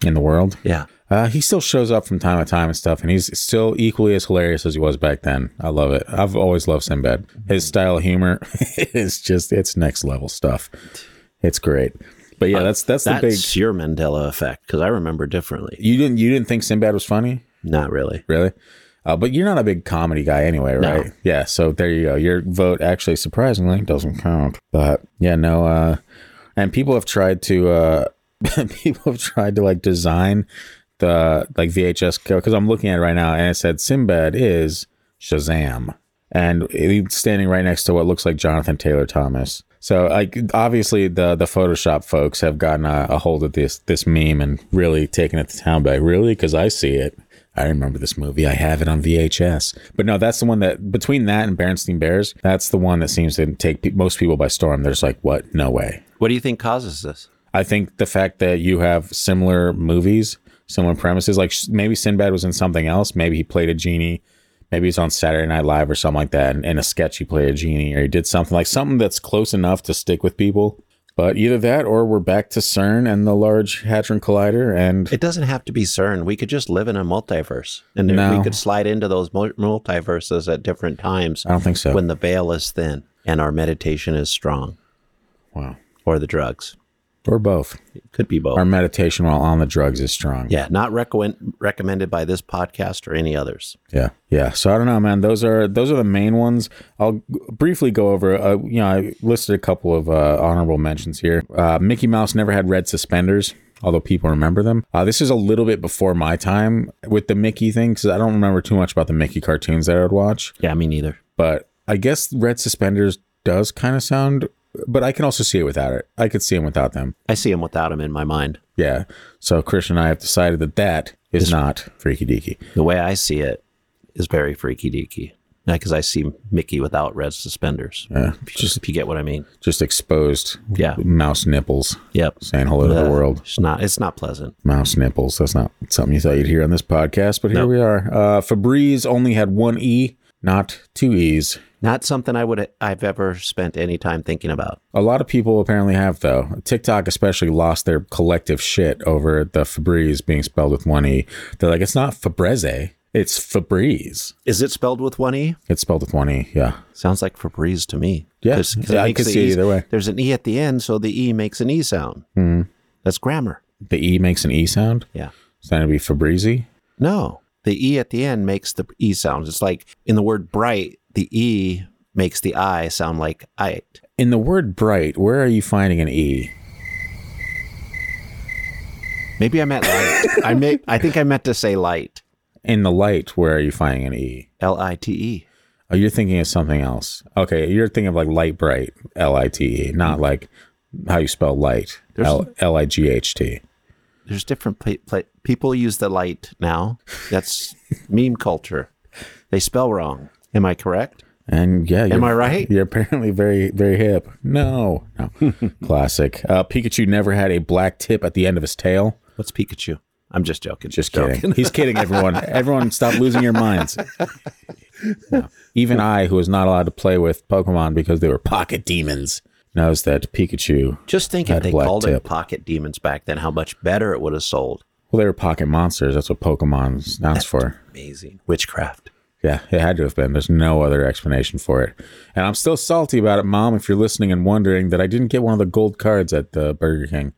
Speaker 2: in the world.
Speaker 1: yeah.
Speaker 2: Uh, he still shows up from time to time and stuff, and he's still equally as hilarious as he was back then. I love it. I've always loved Sinbad. His style of humor is just it's next level stuff. It's great. But yeah, that's that's the big.
Speaker 1: That's your Mandela effect because I remember differently.
Speaker 2: You didn't you didn't think Sinbad was funny?
Speaker 1: Not really.
Speaker 2: Really? Uh, but you're not a big comedy guy anyway,
Speaker 1: No.
Speaker 2: right? Yeah. So there you go. Your vote actually surprisingly doesn't count. But yeah, no. Uh, and people have tried to uh, people have tried to like design the like VHS because I'm looking at it right now and it said Sinbad is Shazam and he's standing right next to what looks like Jonathan Taylor Thomas. So like obviously the the Photoshop folks have gotten a, a hold of this this meme and really taken it to town by really because I see it. I remember this movie. I have it on VHS. But no, that's the one that between that and Berenstain Bears, that's the one that seems to take pe- most people by storm. There's like, what? No way.
Speaker 1: What do you think causes this?
Speaker 2: I think the fact that you have similar movies, similar premises, like sh- maybe Sinbad was in something else. Maybe he played a genie. Maybe he's on Saturday Night Live or something like that. And in a sketch, he played a genie or he did something like something that's close enough to stick with people. But either that or we're back to CERN and the Large Hadron Collider. And
Speaker 1: It doesn't have to be CERN. We could just live in a multiverse, and
Speaker 2: No.
Speaker 1: we could slide into those mul- multiverses at different times
Speaker 2: I don't think so.
Speaker 1: when the veil is thin and our meditation is strong,
Speaker 2: wow.
Speaker 1: or the drugs.
Speaker 2: Or both.
Speaker 1: It could be both.
Speaker 2: Our meditation while on the drugs is strong.
Speaker 1: yeah, not recommend, recommended by this podcast or any others.
Speaker 2: Yeah, yeah. So I don't know, man. Those are those are the main ones. I'll g- briefly go over. Uh, you know, I listed a couple of uh, honorable mentions here. Uh, Mickey Mouse never had red suspenders, although people remember them. Uh, this is a little bit before my time with the Mickey thing because I don't remember too much about the Mickey cartoons that I would watch.
Speaker 1: Yeah, me neither.
Speaker 2: But I guess red suspenders does kind of sound. But I can also see it without it. I could see them without them.
Speaker 1: I see him without him in my mind.
Speaker 2: Yeah. So Christian and I have decided that that is not freaky deaky.
Speaker 1: The way I see it is very freaky deaky. Because I see Mickey without red suspenders.
Speaker 2: Yeah.
Speaker 1: If you- if you get what I mean.
Speaker 2: Just exposed.
Speaker 1: Yeah.
Speaker 2: Mouse nipples.
Speaker 1: Yep.
Speaker 2: saying hello to
Speaker 1: Uh,
Speaker 2: the world.
Speaker 1: It's not. It's not pleasant.
Speaker 2: Mouse nipples. That's not something you thought you'd hear on this podcast, but here we are. Uh, Febreze only had one E, not two E's.
Speaker 1: Not something I would. I've ever spent any time thinking about.
Speaker 2: A lot of people apparently have, though. TikTok especially lost their collective shit over the Febreze being spelled with one E. They're like, it's not Febreze, it's Febreze.
Speaker 1: Is it spelled with one e?
Speaker 2: It's spelled with one E. Yeah.
Speaker 1: Sounds like Febreze to me.
Speaker 2: Yeah.
Speaker 1: 'Cause- 'cause it
Speaker 2: Yeah, I
Speaker 1: makes
Speaker 2: could
Speaker 1: the
Speaker 2: see it
Speaker 1: E's-
Speaker 2: either way. Hmm.
Speaker 1: There's an e at the end, so the e makes an e sound. That's grammar.
Speaker 2: The E makes an E sound.
Speaker 1: Yeah.
Speaker 2: So that'd be Febreze.
Speaker 1: No, the e at the end makes the e sound. It's like in the word bright, the e makes the i sound like i.
Speaker 2: In the word bright, where are you finding an E?
Speaker 1: Maybe I meant light. I may, I think I meant to say light.
Speaker 2: In the light, where are you finding an E?
Speaker 1: L i t e.
Speaker 2: Oh, you're thinking of something else. Okay, you're thinking of like light bright, L I T E, not like how you spell light,
Speaker 1: Mm-hmm. There's-
Speaker 2: L L I G H T.
Speaker 1: There's different pla pla people use the light now. That's meme culture. They spell wrong. Am I correct?
Speaker 2: And yeah,
Speaker 1: Am
Speaker 2: you're-
Speaker 1: I right?
Speaker 2: You're apparently very, very hip. No, no, classic. Uh, Pikachu never had a black tip at the end of his tail.
Speaker 1: What's Pikachu? I'm just joking.
Speaker 2: Just kidding. He's kidding, everyone. everyone, stop losing your minds. No. Even I, who was not allowed to play with Pokemon because they were pocket demons, knows that Pikachu
Speaker 1: Just think if
Speaker 2: Had a
Speaker 1: they
Speaker 2: black
Speaker 1: called
Speaker 2: tip.
Speaker 1: it Pocket Demons back then, how much better it would have sold.
Speaker 2: Well, they were pocket monsters. That's what Pokemon stands for.
Speaker 1: Amazing. Witchcraft.
Speaker 2: Yeah, it had to have been. There's no other explanation for it. And I'm still salty about it, Mom, if you're listening and wondering that I didn't get one of the gold cards at the Burger King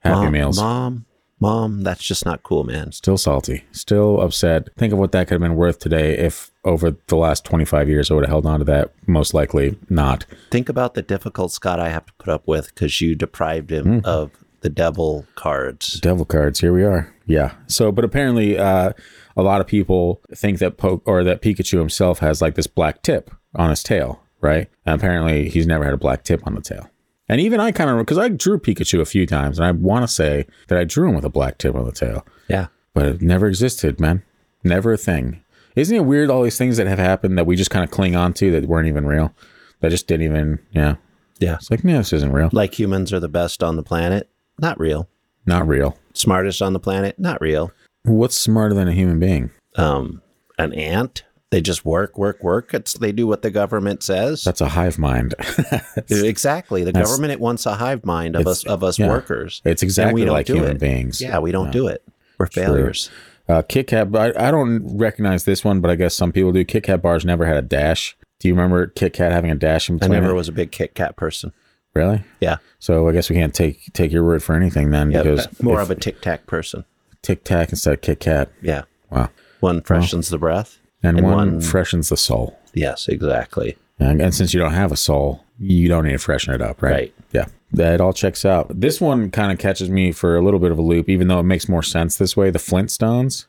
Speaker 2: Happy
Speaker 1: mom,
Speaker 2: Meals.
Speaker 1: Mom, mom, that's just not cool, man.
Speaker 2: Still salty. Still upset. Think of what that could have been worth today if over the last 25 years I would have held on to that. Most likely not.
Speaker 1: Think about the difficult Scott I have to put up with because you deprived him
Speaker 2: Mm-hmm.
Speaker 1: of the devil cards.
Speaker 2: Devil cards. Here we are. Yeah. So, but apparently, uh, a lot of people think that po- or that Pikachu himself has like this black tip on his tail, right? And apparently, he's never had a black tip on the tail. And even I kind of because I drew Pikachu a few times, and I want to say that I drew him with a black tip on the tail,
Speaker 1: Yeah.
Speaker 2: but it never existed, man. Never a thing. Isn't it weird all these things that have happened that we just kind of cling on to that weren't even real, that just didn't even, yeah,
Speaker 1: Yeah.
Speaker 2: It's like, no, this isn't real.
Speaker 1: Like humans are the best on the planet. Not real.
Speaker 2: Not real.
Speaker 1: Smartest on the planet. Not real.
Speaker 2: What's smarter than a human being?
Speaker 1: Um, an ant. They just work, work, work. It's they do what the government says.
Speaker 2: That's a hive mind.
Speaker 1: exactly. The
Speaker 2: That's-
Speaker 1: government wants a hive mind of us
Speaker 2: It's-
Speaker 1: of us
Speaker 2: yeah.
Speaker 1: workers.
Speaker 2: It's exactly
Speaker 1: And we don't
Speaker 2: like
Speaker 1: do
Speaker 2: human
Speaker 1: it.
Speaker 2: beings.
Speaker 1: Yeah, we don't do it. We're failures.
Speaker 2: Uh, Kit Kat, but I, I don't recognize this one, but I guess some people do. Kit Kat bars never had a dash. Do you remember Kit Kat having a dash in
Speaker 1: I
Speaker 2: between?
Speaker 1: never
Speaker 2: it?
Speaker 1: was a big Kit Kat person.
Speaker 2: Really?
Speaker 1: Yeah.
Speaker 2: So I guess we can't take take your word for anything then,
Speaker 1: Yeah,
Speaker 2: because
Speaker 1: more of a Tic Tac person.
Speaker 2: Tic Tac instead of Kit Kat.
Speaker 1: Yeah,
Speaker 2: Wow.
Speaker 1: one freshens the breath,
Speaker 2: And, one,
Speaker 1: one-
Speaker 2: freshens the soul.
Speaker 1: yes, exactly.
Speaker 2: And, and since you don't have a soul, you don't need to freshen it up, right?
Speaker 1: Right.
Speaker 2: Yeah. That all checks out. This one kind of catches me for a little bit of a loop, even though it makes more sense this way. The Flintstones.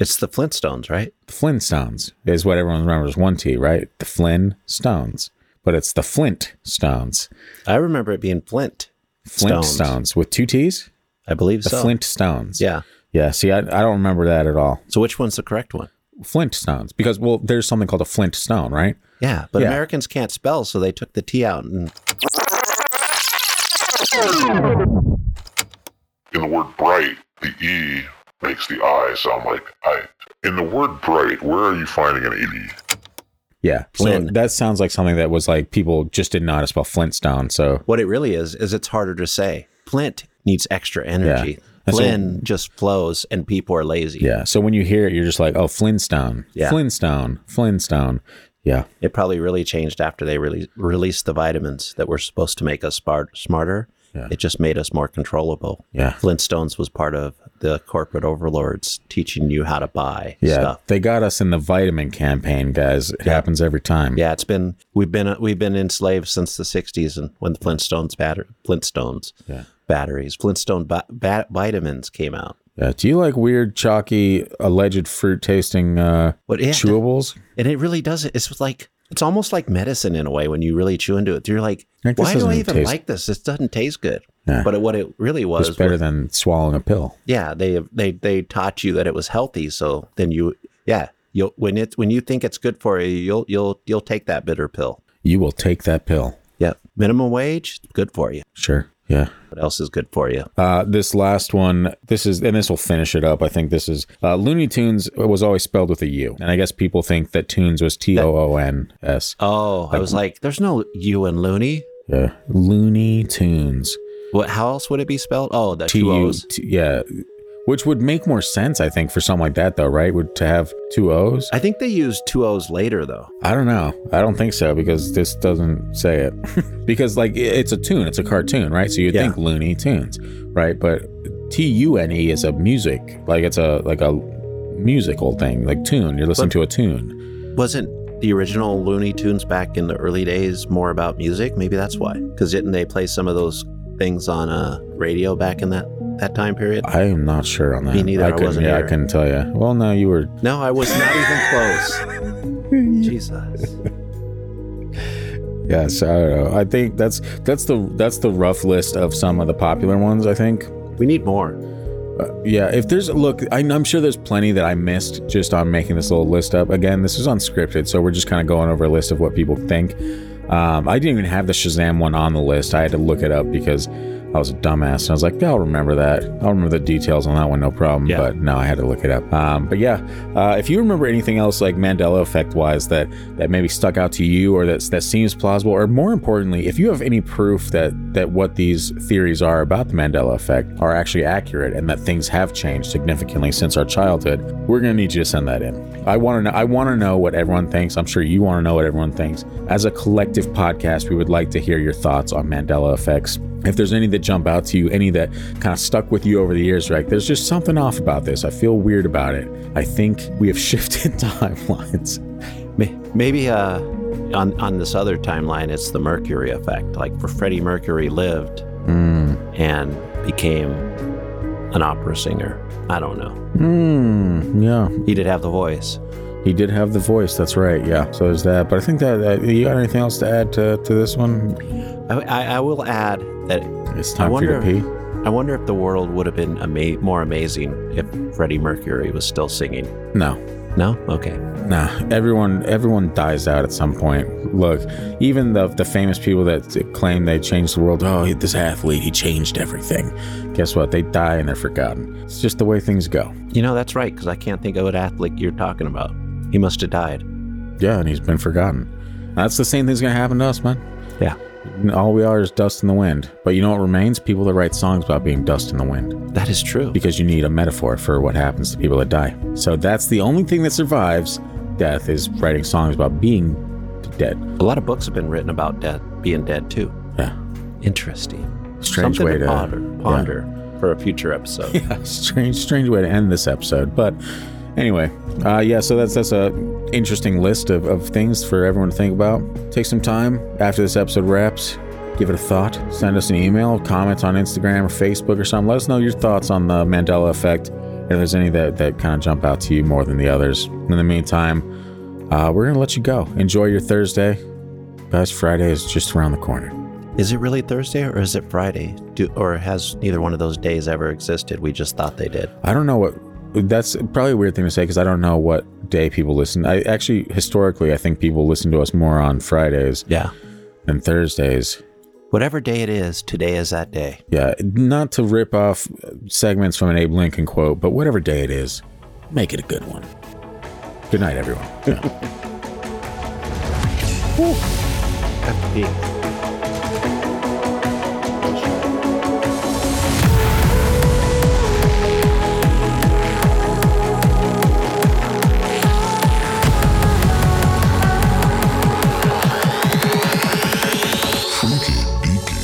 Speaker 1: It's the Flintstones, right?
Speaker 2: The Flintstones is what everyone remembers. One T, right? The Flynn Stones. But it's the Flint Stones.
Speaker 1: I remember it being Flint.
Speaker 2: Flint Stones,
Speaker 1: Stones.
Speaker 2: with two T's?
Speaker 1: I believe
Speaker 2: The
Speaker 1: so.
Speaker 2: Flint Stones.
Speaker 1: Yeah.
Speaker 2: Yeah. See, I, I don't remember that at all.
Speaker 1: So which one's the correct one?
Speaker 2: Flint stones because well there's something called a flint stone right
Speaker 1: Yeah, but
Speaker 2: Yeah.
Speaker 1: Americans can't spell, so they took the T out. And
Speaker 4: In the word bright, the E makes the I sound like I. In the word bright, where are you finding an E?
Speaker 2: yeah so
Speaker 1: Flynn.
Speaker 2: that sounds like something that was like people just didn't know how to spell flint stone so
Speaker 1: what it really is is it's harder to say. Flint needs extra energy.
Speaker 2: And so-
Speaker 1: Flynn just flows, and people are lazy.
Speaker 2: yeah so when you hear it you're just like oh flintstone
Speaker 1: Yeah.
Speaker 2: flintstone flintstone yeah
Speaker 1: It probably really changed after they really released the vitamins that were supposed to make us smart, smarter.
Speaker 2: Yeah.
Speaker 1: It just made us more controllable.
Speaker 2: Yeah.
Speaker 1: Flintstones was part of the corporate overlords teaching you how to buy
Speaker 2: yeah
Speaker 1: stuff.
Speaker 2: they got us in the vitamin campaign guys it happens every time
Speaker 1: Yeah, it's been we've been we've been enslaved since the '60s, and when the Flintstones batter, Flintstones
Speaker 2: Yeah.
Speaker 1: batteries, Flintstone ba- ba- vitamins came out.
Speaker 2: Yeah. do you like weird chalky alleged fruit tasting uh
Speaker 1: What yeah,
Speaker 2: chewables
Speaker 1: and it really does it. It's like it's almost like medicine in a way when you really chew into it. You're like,
Speaker 2: Like, this
Speaker 1: why do
Speaker 2: doesn't
Speaker 1: I
Speaker 2: even
Speaker 1: even
Speaker 2: taste-
Speaker 1: like this? This doesn't taste good.
Speaker 2: Yeah.
Speaker 1: But it, what it really was,
Speaker 2: it's better than swallowing a pill
Speaker 1: yeah, they they they taught you that it was healthy. So then you, yeah, you'll when it when you think it's good for you, you'll you'll you'll take that bitter pill.
Speaker 2: you will take that pill
Speaker 1: Yeah, minimum wage, good for you.
Speaker 2: sure yeah
Speaker 1: What else is good for you?
Speaker 2: Uh, this last one, this is, and this will finish it up. I think this is uh, Looney Tunes was always spelled with a U, and I guess people think that Tunes was T O O N S.
Speaker 1: Oh, I was like, there's no you and Looney.
Speaker 2: Yeah, Looney Tunes.
Speaker 1: What? How else would it be spelled? Oh, the
Speaker 2: T
Speaker 1: two
Speaker 2: U.
Speaker 1: O's.
Speaker 2: T- Yeah, which would make more sense, I think, for something like that, though, right? Would to have two O's?
Speaker 1: I think they used two O's later though.
Speaker 2: I don't know. I don't think so because this doesn't say it. because like i- it's a tune, it's a cartoon, right? So you would
Speaker 1: Yeah.
Speaker 2: think Looney Tunes, right? But T U N E is a music, like it's a like a musical thing, like tune. You're listening to a tune.
Speaker 1: Wasn't the original Looney Tunes back in the early days more about music? Maybe that's why. Because didn't they play some of those things on uh, radio back in that that time period?
Speaker 2: I am not sure on that.
Speaker 1: Me neither, I
Speaker 2: couldn't,
Speaker 1: wasn't
Speaker 2: yeah, I
Speaker 1: here.
Speaker 2: couldn't tell you. Well, no, you were.
Speaker 1: No, I was not even close. Jesus.
Speaker 2: Yes, I don't know. I think that's that's the that's the rough list of some of the popular ones. I think.
Speaker 1: We need more.
Speaker 2: Yeah, if there's look, I, I'm sure there's plenty that I missed just on making this little list up. Again, this is unscripted, so we're just kind of going over a list of what people think. Um, I didn't even have the Shazam one on the list. I had to look it up because I was a dumbass, and I was like, yeah, I'll remember that. I'll remember the details on that one, no problem.
Speaker 1: Yeah.
Speaker 2: But no, I had to look it up. Um, but yeah, uh, if you remember anything else like Mandela effect wise that that maybe stuck out to you or that's that seems plausible, or more importantly, if you have any proof that that what these theories are about the Mandela effect are actually accurate and that things have changed significantly since our childhood, we're gonna need you to send that in. I want to know. I want to know what everyone thinks. I'm sure you want to know what everyone thinks. As a collective podcast, we would like to hear your thoughts on Mandela effects. If there's any that jump out to you, any that kind of stuck with you over the years, right? There's just something off about this. I feel weird about it. I think we have shifted timelines.
Speaker 1: May- Maybe uh, on on this other timeline, it's the Mercury effect. Like for Freddie Mercury lived
Speaker 2: Hmm.
Speaker 1: and became an opera singer. I don't know.
Speaker 2: Hmm. Yeah.
Speaker 1: He did have the voice.
Speaker 2: He did have the voice. That's right. Yeah. So there's that. But I think that uh, you got anything else to add to, to this one?
Speaker 1: I, I, I will add that
Speaker 2: It's
Speaker 1: I
Speaker 2: time for you
Speaker 1: wonder.
Speaker 2: to pee.
Speaker 1: I wonder if the world would have been ama- more amazing if Freddie Mercury was still singing.
Speaker 2: No.
Speaker 1: No, okay.
Speaker 2: Nah. Everyone. Everyone dies out at some point. look, even the the famous people that claim they changed the world, oh, this athlete, he changed everything. Guess what? They die and they're forgotten. It's just the way things go.
Speaker 1: You know, that's right, because I can't think of what athlete you're talking about. He must have died.
Speaker 2: Yeah, and he's been forgotten. That's the same thing's gonna happen to us, man.
Speaker 1: Yeah.
Speaker 2: All we are is dust in the wind. But you know what remains? People that write songs about being dust in the wind.
Speaker 1: That is true.
Speaker 2: Because you need a metaphor for what happens to people that die. So that's the only thing that survives death is writing songs about being dead.
Speaker 1: A lot of books have been written about death, being dead too.
Speaker 2: Yeah.
Speaker 1: Interesting.
Speaker 2: Strange
Speaker 1: Something
Speaker 2: way
Speaker 1: to
Speaker 2: to-
Speaker 1: ponder,
Speaker 2: yeah.
Speaker 1: ponder for a future episode.
Speaker 2: Yeah, strange, strange way to end this episode. But anyway, uh, yeah. So that's that's a interesting list of, of things for everyone to think about. Take some time after this episode wraps. Give it a thought. Send us an email, comments on Instagram or Facebook or something. Let us know your thoughts on the Mandela effect. If there's any that, that kind of jump out to you more than the others. In the meantime, uh, we're going to let you go. Enjoy your Thursday. Guys, Friday is just around the corner.
Speaker 1: Is it really Thursday or is it Friday? Do, or has neither one of those days ever existed? We just thought they did.
Speaker 2: I don't know what. That's probably a weird thing to say because I don't know what day people listen. I actually historically, I think people listen to us more on Fridays
Speaker 1: Yeah.
Speaker 2: than Thursdays.
Speaker 1: Whatever day it is, today is that day.
Speaker 2: Yeah, not to rip off segments from an Abe Lincoln quote, but whatever day it is, make it a good one. Good night, everyone.
Speaker 4: Freaky deaky.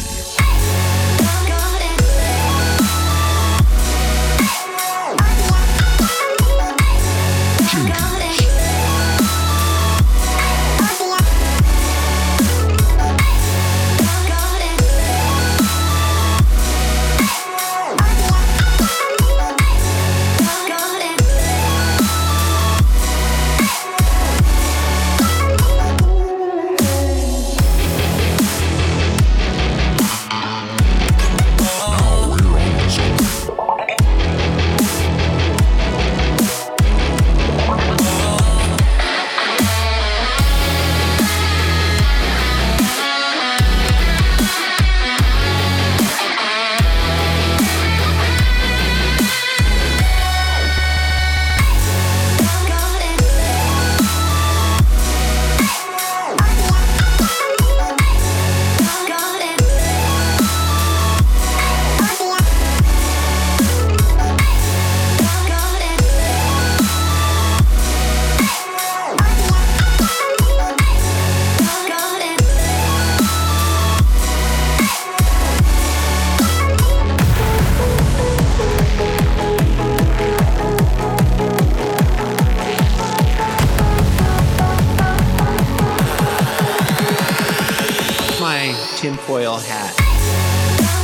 Speaker 5: my tinfoil hat.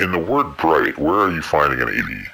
Speaker 4: In the word bright, where are you finding an E? 80?